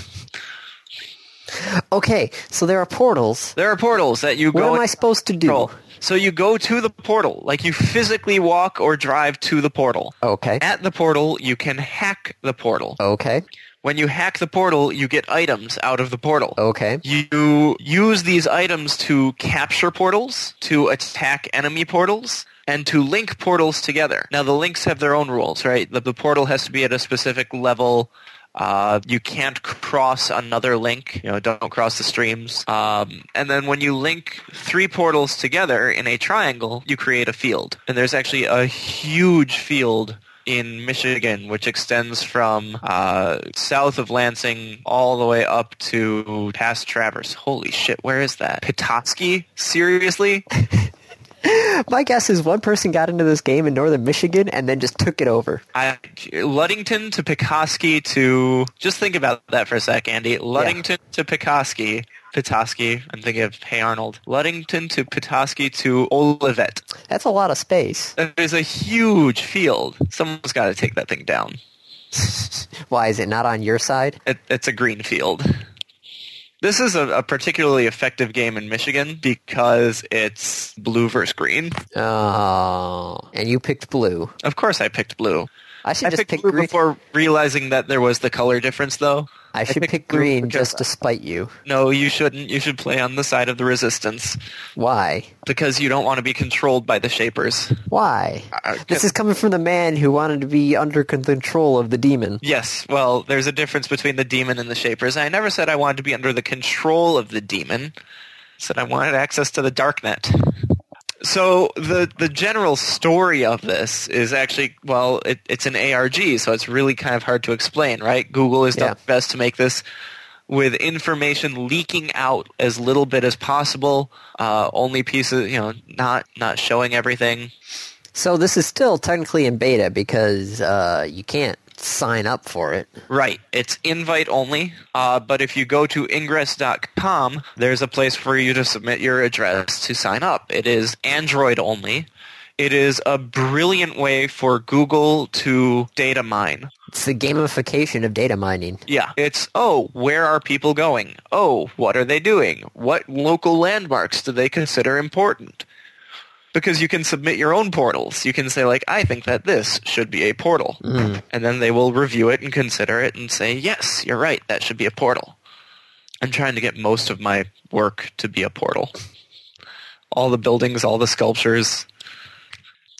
[SPEAKER 1] Okay, so there are portals.
[SPEAKER 2] There are portals that you
[SPEAKER 1] What
[SPEAKER 2] go
[SPEAKER 1] am I supposed to do?
[SPEAKER 2] control. So you go to the portal, like you physically walk or drive to the portal.
[SPEAKER 1] Okay.
[SPEAKER 2] At the portal, you can hack the portal.
[SPEAKER 1] Okay.
[SPEAKER 2] When you hack the portal, you get items out of the portal.
[SPEAKER 1] Okay.
[SPEAKER 2] You use these items to capture portals, to attack enemy portals, and to link portals together. Now, the links have their own rules, right? The, the portal has to be at a specific level. Uh, you can't cross another link. You know, don't cross the streams. Um, and then when you link three portals together in a triangle, you create a field. And there's actually a huge field in Michigan, which extends from uh, south of Lansing all the way up to past Traverse. Holy shit, where is that? Petoskey? Seriously?
[SPEAKER 1] My guess is one person got into this game in northern Michigan and then just took it over.
[SPEAKER 2] I, Ludington to Petoskey to... Just think about that for a sec, Andy. Ludington to Petoskey. Petoskey. I'm thinking of Hey Arnold. Ludington to Petoskey to Olivet.
[SPEAKER 1] That's a lot of space.
[SPEAKER 2] That is a huge field. Someone's got to take that thing down.
[SPEAKER 1] Why is it not on your side?
[SPEAKER 2] It, it's a green field. This is a, a particularly effective game in Michigan because it's blue versus green.
[SPEAKER 1] Oh, and you picked blue.
[SPEAKER 2] Of course, I picked blue.
[SPEAKER 1] I should
[SPEAKER 2] I
[SPEAKER 1] just
[SPEAKER 2] picked
[SPEAKER 1] pick
[SPEAKER 2] blue
[SPEAKER 1] green.
[SPEAKER 2] before realizing that there was the color difference, though.
[SPEAKER 1] I should
[SPEAKER 2] picked
[SPEAKER 1] pick
[SPEAKER 2] blue
[SPEAKER 1] green
[SPEAKER 2] because-
[SPEAKER 1] just to spite you.
[SPEAKER 2] No, you shouldn't. You should play on the side of the resistance
[SPEAKER 1] Why?
[SPEAKER 2] because you don't want to be controlled by the shapers.
[SPEAKER 1] Why?
[SPEAKER 2] Uh,
[SPEAKER 1] This is coming from the man who wanted to be under con- control of the demon.
[SPEAKER 2] Yes, well, there's a difference between the demon and the shapers. I never said I wanted to be under the control of the demon. I said I wanted access to the darknet. So the the general story of this is actually well, it, it's an ARG, so it's really kind of hard to explain, right? Google has done
[SPEAKER 1] Yeah.
[SPEAKER 2] their best to make this with information leaking out as little bit as possible. Uh, only pieces, you know, not not showing everything.
[SPEAKER 1] So this is still technically in beta because uh, you can't sign up for it.
[SPEAKER 2] Right. It's invite only. Uh, but if you go to ingress.com, there's a place for you to submit your address to sign up. It is Android only. It is a brilliant way for Google to data mine.
[SPEAKER 1] It's the gamification of data mining.
[SPEAKER 2] Yeah. It's, oh, where are people going? Oh, what are they doing? What local landmarks do they consider important? Because you can submit your own portals. You can say, like, I think that this should be a portal. And then they will review it and consider it and say, yes, you're right, that should be a portal. I'm trying to get most of my work to be a portal. All the buildings, all the sculptures,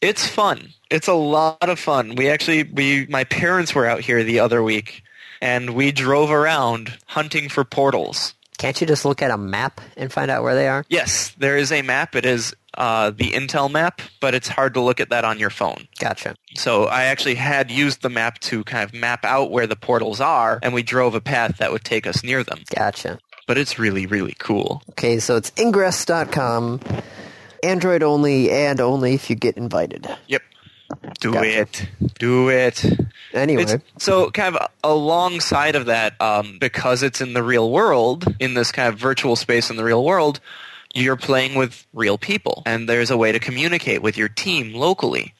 [SPEAKER 2] it's fun. It's a lot of fun. We actually we my parents were out here the other week and we drove around hunting for portals.
[SPEAKER 1] Can't you just look at a map and find out where they are?
[SPEAKER 2] Yes, there is a map. It is uh, the Intel map, but it's hard to look at that on your phone.
[SPEAKER 1] Gotcha.
[SPEAKER 2] So I actually had used the map to kind of map out where the portals are, and we drove a path that would take us near them.
[SPEAKER 1] Gotcha.
[SPEAKER 2] But it's really, really cool.
[SPEAKER 1] Okay, so it's ingress.com. Android only and only if you get invited.
[SPEAKER 2] Yep. Do
[SPEAKER 1] Gotcha.
[SPEAKER 2] it. Do it.
[SPEAKER 1] Anyway,
[SPEAKER 2] It's- so kind of alongside of that, um, because it's in the real world, in this kind of virtual space in the real world, you're playing with real people, and there's a way to communicate with your team locally.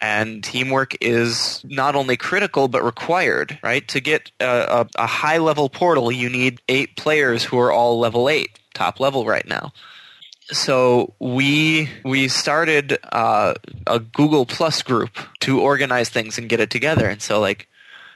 [SPEAKER 2] And teamwork is not only critical but required, right? To get a, a, a high level portal, you need eight players who are all level eight, top level right now so we we started uh, a Google Plus group to organize things and get it together. And so like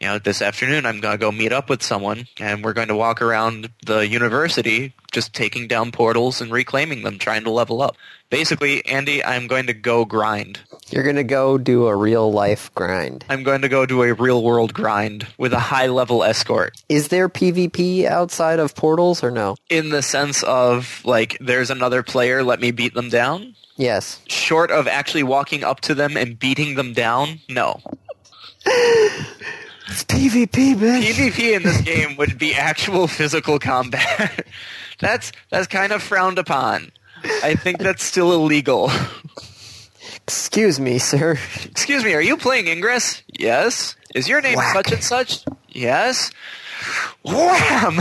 [SPEAKER 2] you know this afternoon I'm gonna go meet up with someone and we're going to walk around the university just taking down portals and reclaiming them, trying to level up. Basically, Andy, I'm going to go grind.
[SPEAKER 1] You're going to go do a real life grind.
[SPEAKER 2] I'm going to go do a real world grind with a high level escort.
[SPEAKER 1] Is there PvP outside of portals or no?
[SPEAKER 2] in the sense of like there's another player let me beat them down
[SPEAKER 1] Yes.
[SPEAKER 2] short of actually walking up to them and beating them down no
[SPEAKER 1] It's PvP, bitch.
[SPEAKER 2] pvp E in this game would be actual physical combat *laughs* that's that's kind of frowned upon i think that's still illegal *laughs*
[SPEAKER 1] Excuse me, sir. *laughs*
[SPEAKER 2] excuse me are you playing ingress yes is your name
[SPEAKER 1] Whack.
[SPEAKER 2] such and such yes wham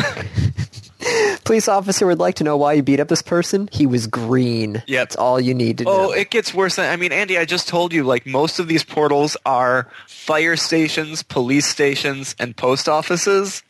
[SPEAKER 1] Police officer would like to know why you beat up this person. He was green.
[SPEAKER 2] Yep.
[SPEAKER 1] That's all you need to
[SPEAKER 2] Oh,
[SPEAKER 1] know.
[SPEAKER 2] it gets worse than I mean, Andy, I just told you like most of these portals are fire stations, police stations, and post offices.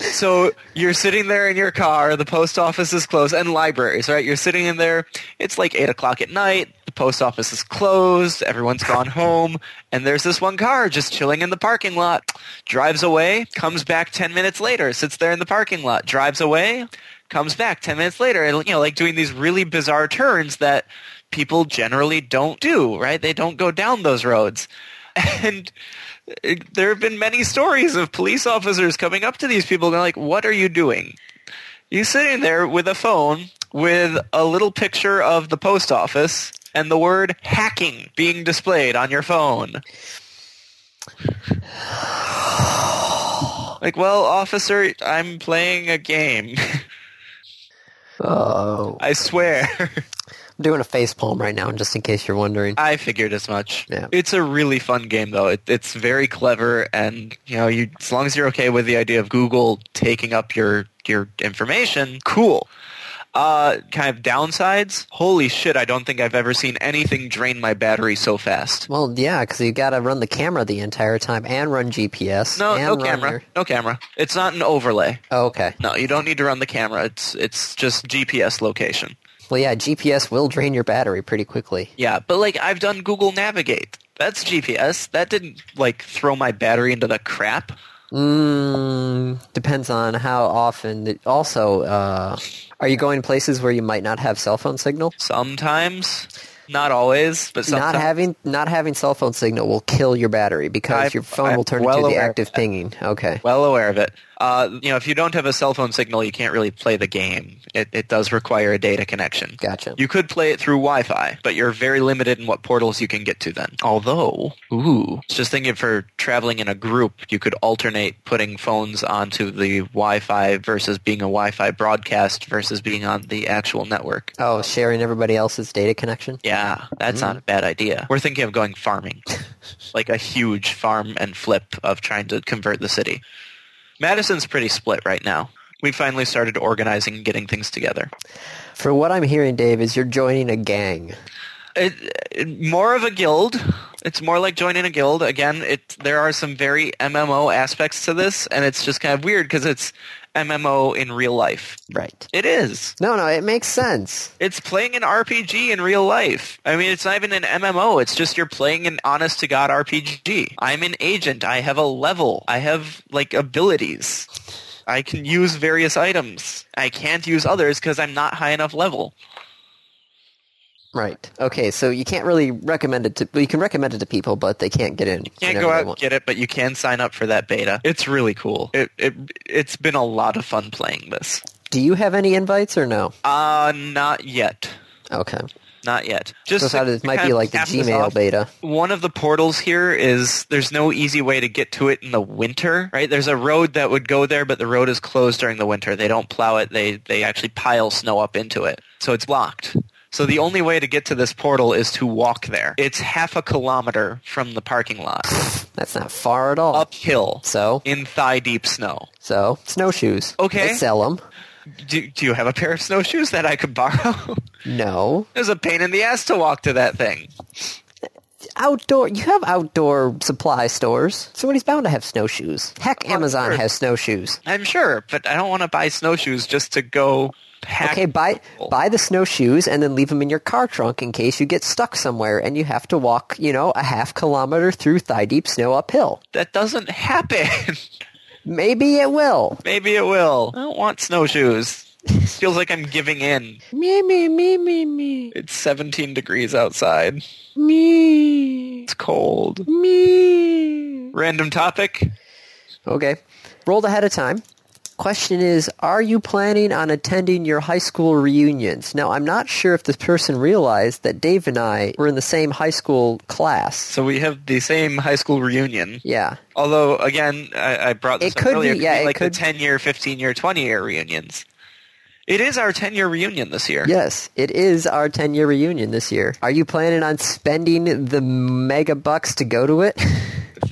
[SPEAKER 2] so you're sitting there in your car, the post office is closed, and libraries, right? You're sitting in there, it's like eight o'clock at night, the post office is closed, everyone's gone home, and there's this one car just chilling in the parking lot. Drives away, comes back ten minutes later, sits there in the parking lot, drives away, comes back 10 minutes later and you know like doing these really bizarre turns that people generally don't do right they don't go down those roads *laughs* and uh, there have been many stories of police officers coming up to these people and they're like what are you doing you sitting there with a phone with a little picture of the post office and the word hacking being displayed on your phone like well officer i'm playing a game *laughs*
[SPEAKER 1] Oh.
[SPEAKER 2] I swear. *laughs*
[SPEAKER 1] I'm doing a face palm right now, just in case you're wondering.
[SPEAKER 2] I figured as much.
[SPEAKER 1] Yeah.
[SPEAKER 2] It's a really fun game though. It, it's very clever and you know, you as long as you're okay with the idea of Google taking up your your information, cool. Uh, kind of downsides. Holy shit, I don't think I've ever seen anything drain my battery so fast.
[SPEAKER 1] Well, yeah, because you got to run the camera the entire time and run GPS.
[SPEAKER 2] No,
[SPEAKER 1] and
[SPEAKER 2] no
[SPEAKER 1] run
[SPEAKER 2] camera.
[SPEAKER 1] your-
[SPEAKER 2] No camera. It's not an overlay.
[SPEAKER 1] Oh, okay.
[SPEAKER 2] No, you don't need to run the camera. It's it's just GPS location.
[SPEAKER 1] Well, yeah, GPS will drain your battery pretty quickly.
[SPEAKER 2] Yeah, but like I've done Google Navigate. That's GPS. That didn't like throw my battery into the crap.
[SPEAKER 1] Mm, depends on how often. the- also, uh, are you going places where you might not have cell phone signal?
[SPEAKER 2] Sometimes, not always, but sometimes.
[SPEAKER 1] Not having not having cell phone signal will kill your battery because
[SPEAKER 2] I'm-
[SPEAKER 1] your phone
[SPEAKER 2] I'm
[SPEAKER 1] will turn
[SPEAKER 2] well
[SPEAKER 1] into the
[SPEAKER 2] aware of
[SPEAKER 1] active pinging. Okay.
[SPEAKER 2] well aware of it. Uh, you know, if you don't have a cell phone signal, you can't really play the game. It, it does require a data connection.
[SPEAKER 1] Gotcha.
[SPEAKER 2] You could play it through Wi-Fi, but you're very limited in what portals you can get to then. Although, ooh, just thinking for traveling in a group, you could alternate putting phones onto the Wi-Fi versus being a Wi-Fi broadcast versus being on the actual network.
[SPEAKER 1] Oh, sharing everybody else's data connection?
[SPEAKER 2] Yeah, that's not a bad idea. Hmm. We're thinking of going *laughs* farming, like a huge farm and flip of trying to convert the city. Madison's pretty split right now. We finally started organizing and getting things together.
[SPEAKER 1] For what I'm hearing, Dave, is you're joining a gang.
[SPEAKER 2] It, it- more of a guild. It's more like joining a guild. Again, it there are some very MMO aspects to this, and it's just kind of weird because it's MMO in real life.
[SPEAKER 1] Right.
[SPEAKER 2] It is.
[SPEAKER 1] No, no, it makes sense.
[SPEAKER 2] It's playing an RPG in real life. I mean, it's not even an MMO. It's just you're playing an honest to god RPG. I'm an agent. I have a level. I have like abilities. I can use various items. I can't use others because I'm not high enough level.
[SPEAKER 1] Right. Okay, so you can't really recommend it to well, you can recommend it to people, but they can't get in.
[SPEAKER 2] Can't
[SPEAKER 1] whenever
[SPEAKER 2] go
[SPEAKER 1] they
[SPEAKER 2] out and
[SPEAKER 1] want.
[SPEAKER 2] get it, but you can sign up for that beta. It's really cool. It, it it's been a lot of fun playing this.
[SPEAKER 1] Do you have any invites or no?
[SPEAKER 2] Uh not yet.
[SPEAKER 1] Okay.
[SPEAKER 2] Not yet. Just
[SPEAKER 1] So
[SPEAKER 2] to
[SPEAKER 1] it might
[SPEAKER 2] kind
[SPEAKER 1] be
[SPEAKER 2] of
[SPEAKER 1] like the
[SPEAKER 2] cap this
[SPEAKER 1] Gmail
[SPEAKER 2] off,
[SPEAKER 1] beta.
[SPEAKER 2] one of the portals here is there's no easy way to get to it in the winter, right? There's a road that would go there, but the road is closed during the winter. They don't plow it. They they actually pile snow up into it, so it's blocked. So the only way to get to this portal is to walk there. It's half a kilometer from the parking lot,
[SPEAKER 1] That's not far at all.
[SPEAKER 2] uphill,
[SPEAKER 1] So,
[SPEAKER 2] in thigh deep snow.
[SPEAKER 1] so snowshoes.
[SPEAKER 2] Okay.
[SPEAKER 1] They sell them.
[SPEAKER 2] Do do you have a pair of snowshoes that I could borrow? *laughs*
[SPEAKER 1] No.
[SPEAKER 2] it was a pain in the ass to walk to that thing.
[SPEAKER 1] Outdoor, you have outdoor supply stores. Somebody's bound to have snowshoes. Heck, Amazon
[SPEAKER 2] sure.
[SPEAKER 1] has snowshoes.
[SPEAKER 2] I'm sure, but I don't want to buy snowshoes just to go hack.
[SPEAKER 1] Okay, buy
[SPEAKER 2] Cool.
[SPEAKER 1] buy the snowshoes and then leave them in your car trunk in case you get stuck somewhere and you have to walk, you know, a half kilometer through thigh deep snow uphill.
[SPEAKER 2] that doesn't happen. *laughs*
[SPEAKER 1] Maybe it will. *laughs*
[SPEAKER 2] Maybe it will. I don't want snowshoes. Feels like I'm giving in.
[SPEAKER 1] Me, me, me, me, me.
[SPEAKER 2] It's 17 degrees outside.
[SPEAKER 1] Me.
[SPEAKER 2] It's cold.
[SPEAKER 1] Me.
[SPEAKER 2] Random topic?
[SPEAKER 1] Okay. Rolled ahead of time. Question is, are you planning on attending your high school reunions? Now, I'm not sure if this person realized that Dave and I were in the same high school class.
[SPEAKER 2] So we have the same high school reunion.
[SPEAKER 1] Yeah.
[SPEAKER 2] Although, again, I, I brought this
[SPEAKER 1] It
[SPEAKER 2] up
[SPEAKER 1] could be-
[SPEAKER 2] earlier.
[SPEAKER 1] yeah, it
[SPEAKER 2] like
[SPEAKER 1] could-
[SPEAKER 2] the 10 year, 15 year, 20 year reunions. It is our 10 year reunion this year.
[SPEAKER 1] Yes, it is our 10 year reunion this year. Are you planning on spending the mega bucks to go to it? *laughs*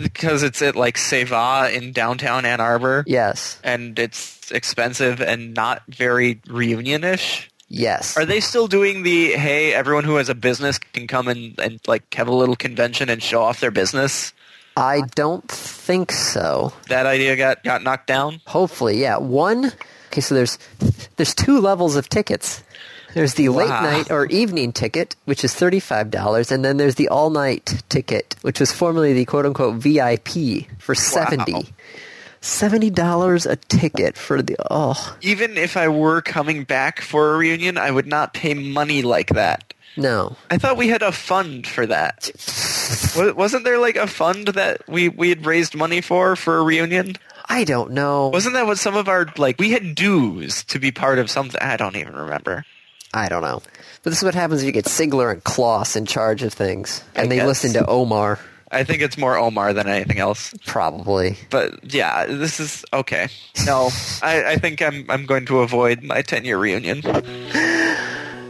[SPEAKER 2] Because it's at like Seva in downtown Ann Arbor.
[SPEAKER 1] yes.
[SPEAKER 2] And it's expensive and not very reunion-ish.
[SPEAKER 1] Yes.
[SPEAKER 2] Are they still doing the hey, everyone who has a business can come and, and like have a little convention and show off their business?
[SPEAKER 1] I don't think so.
[SPEAKER 2] That idea got, got knocked down?
[SPEAKER 1] Hopefully, yeah. One. Okay, so there's there's two levels of tickets. There's the late
[SPEAKER 2] Wow.
[SPEAKER 1] night or evening ticket, which is thirty five dollars, and then there's the all night ticket, which was formerly the quote unquote VIP for seventy. dollars Seventy dollars a ticket for the oh
[SPEAKER 2] Even if I were coming back for a reunion, I would not pay money like that.
[SPEAKER 1] no.
[SPEAKER 2] I thought we had a fund for that. Wa- Wasn't there like a fund that we, we had raised money for for a reunion?
[SPEAKER 1] I don't know.
[SPEAKER 2] Wasn't that what some of our like we had dues to be part of something? I don't even remember.
[SPEAKER 1] I don't know. But this is what happens if you get Sigler and Kloss in charge of things. And
[SPEAKER 2] I
[SPEAKER 1] they
[SPEAKER 2] guess.
[SPEAKER 1] listen to Omar,
[SPEAKER 2] I think it's more Omar than anything else.
[SPEAKER 1] probably.
[SPEAKER 2] But yeah, this is okay.
[SPEAKER 1] *laughs*
[SPEAKER 2] No, I, I think I'm I'm going to avoid my ten year reunion.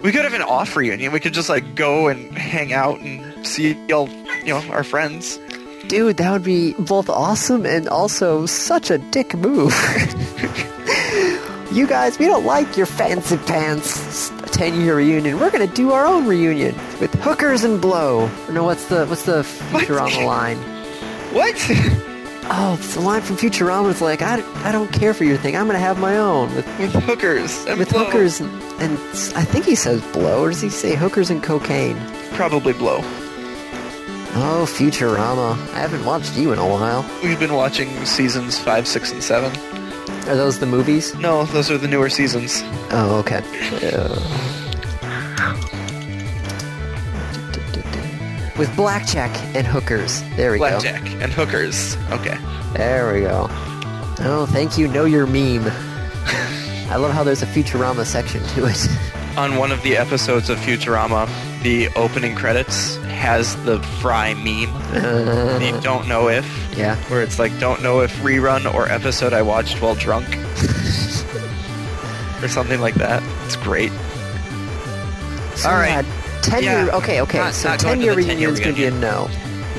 [SPEAKER 2] We could have an off reunion. We could just like go and hang out and see all you know our friends.
[SPEAKER 1] Dude, that would be both awesome and also such a dick move. *laughs* you guys, we don't like your fancy pants 10 year reunion. We're going to do our own reunion with hookers and blow. No, what's the what's the Futurama
[SPEAKER 2] *laughs*
[SPEAKER 1] line?
[SPEAKER 2] What? *laughs*
[SPEAKER 1] Oh, it's the line from Futurama. It's like, I, I don't care for your thing. I'm going to have my own with,
[SPEAKER 2] With hookers. And
[SPEAKER 1] with
[SPEAKER 2] blow.
[SPEAKER 1] hookers and, and I think he says blow, or does he say hookers and cocaine?
[SPEAKER 2] Probably blow.
[SPEAKER 1] Oh, Futurama. I haven't watched you in a while.
[SPEAKER 2] We've been watching seasons five, six, and seven.
[SPEAKER 1] Are those the movies?
[SPEAKER 2] No, those are the newer seasons.
[SPEAKER 1] Oh, okay. With blackjack and hookers. There we
[SPEAKER 2] Blackjack and hookers. Okay.
[SPEAKER 1] go. There we go. Oh, thank you. Know your meme. I love how there's a Futurama section to it. *laughs*
[SPEAKER 2] On one of the episodes of Futurama, the opening credits has the fry meme. the don't know if,
[SPEAKER 1] Uh. yeah.
[SPEAKER 2] where it's like don't know if rerun or episode I watched while *laughs* drunk. or something like that. It's great.
[SPEAKER 1] So,
[SPEAKER 2] All right.
[SPEAKER 1] yeah, ten
[SPEAKER 2] Yeah.
[SPEAKER 1] year. Okay. Okay.
[SPEAKER 2] Not-
[SPEAKER 1] so
[SPEAKER 2] not
[SPEAKER 1] ten
[SPEAKER 2] going to
[SPEAKER 1] year
[SPEAKER 2] the 10 year
[SPEAKER 1] reunion is going to be a no.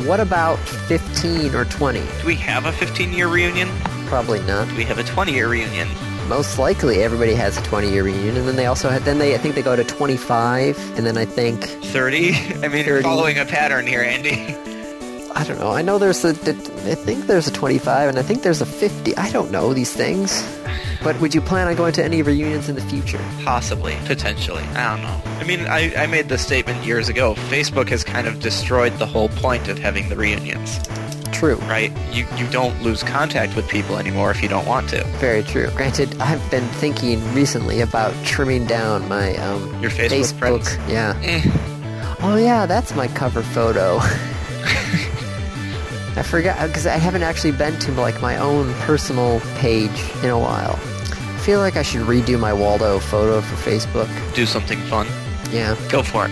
[SPEAKER 1] What about fifteen or twenty?
[SPEAKER 2] Do we have a 15 year reunion?
[SPEAKER 1] Probably not.
[SPEAKER 2] Do we have a 20 year reunion?
[SPEAKER 1] most likely everybody has a 20 year reunion and then they also had then they i think they go to 25 and then i think
[SPEAKER 2] *laughs* 30? I mean, you're
[SPEAKER 1] 30.
[SPEAKER 2] following a pattern here, Andy. *laughs*
[SPEAKER 1] i don't know i know there's a i think there's a 25 and i think there's a 50 i don't know these things but would you plan on going to any reunions in the future
[SPEAKER 2] Possibly, potentially. I don't know. I mean, I, I made this statement years ago. Facebook has kind of destroyed the whole point of having the reunions,
[SPEAKER 1] true
[SPEAKER 2] right? You, you don't lose contact with people anymore if you don't want to.
[SPEAKER 1] very true granted i've been thinking recently about trimming down my um
[SPEAKER 2] Your Facebook friends.
[SPEAKER 1] yeah
[SPEAKER 2] Eh,
[SPEAKER 1] oh yeah that's my cover
[SPEAKER 2] *laughs*
[SPEAKER 1] photo I forgot because I haven't actually been to like my own personal page in a while. I feel like I should redo my Waldo photo for Facebook.
[SPEAKER 2] do something fun.
[SPEAKER 1] Yeah,
[SPEAKER 2] Go for it.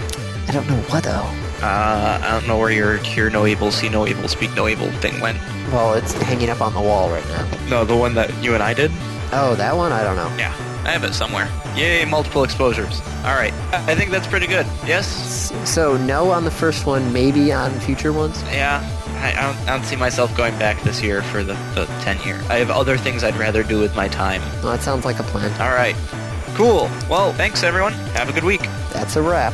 [SPEAKER 1] I don't know what though.
[SPEAKER 2] Uh, I don't know where your hear no evil, see no evil, speak no evil thing went.
[SPEAKER 1] Well, it's hanging up on the wall right now.
[SPEAKER 2] No, the one that you and I did?
[SPEAKER 1] Oh, that one I don't know.
[SPEAKER 2] Yeah. I have it somewhere. Yay, multiple exposures. All right. I I think that's pretty good. Yes?
[SPEAKER 1] So no on the first one, maybe on future ones.
[SPEAKER 2] Yeah, I, I, don't, I don't see myself going back this year for the, the 10 year. I have other things I'd rather do with my time.
[SPEAKER 1] Well, that sounds like a plan.
[SPEAKER 2] All right. Cool. Well, thanks everyone. Have a good week.
[SPEAKER 1] That's a wrap.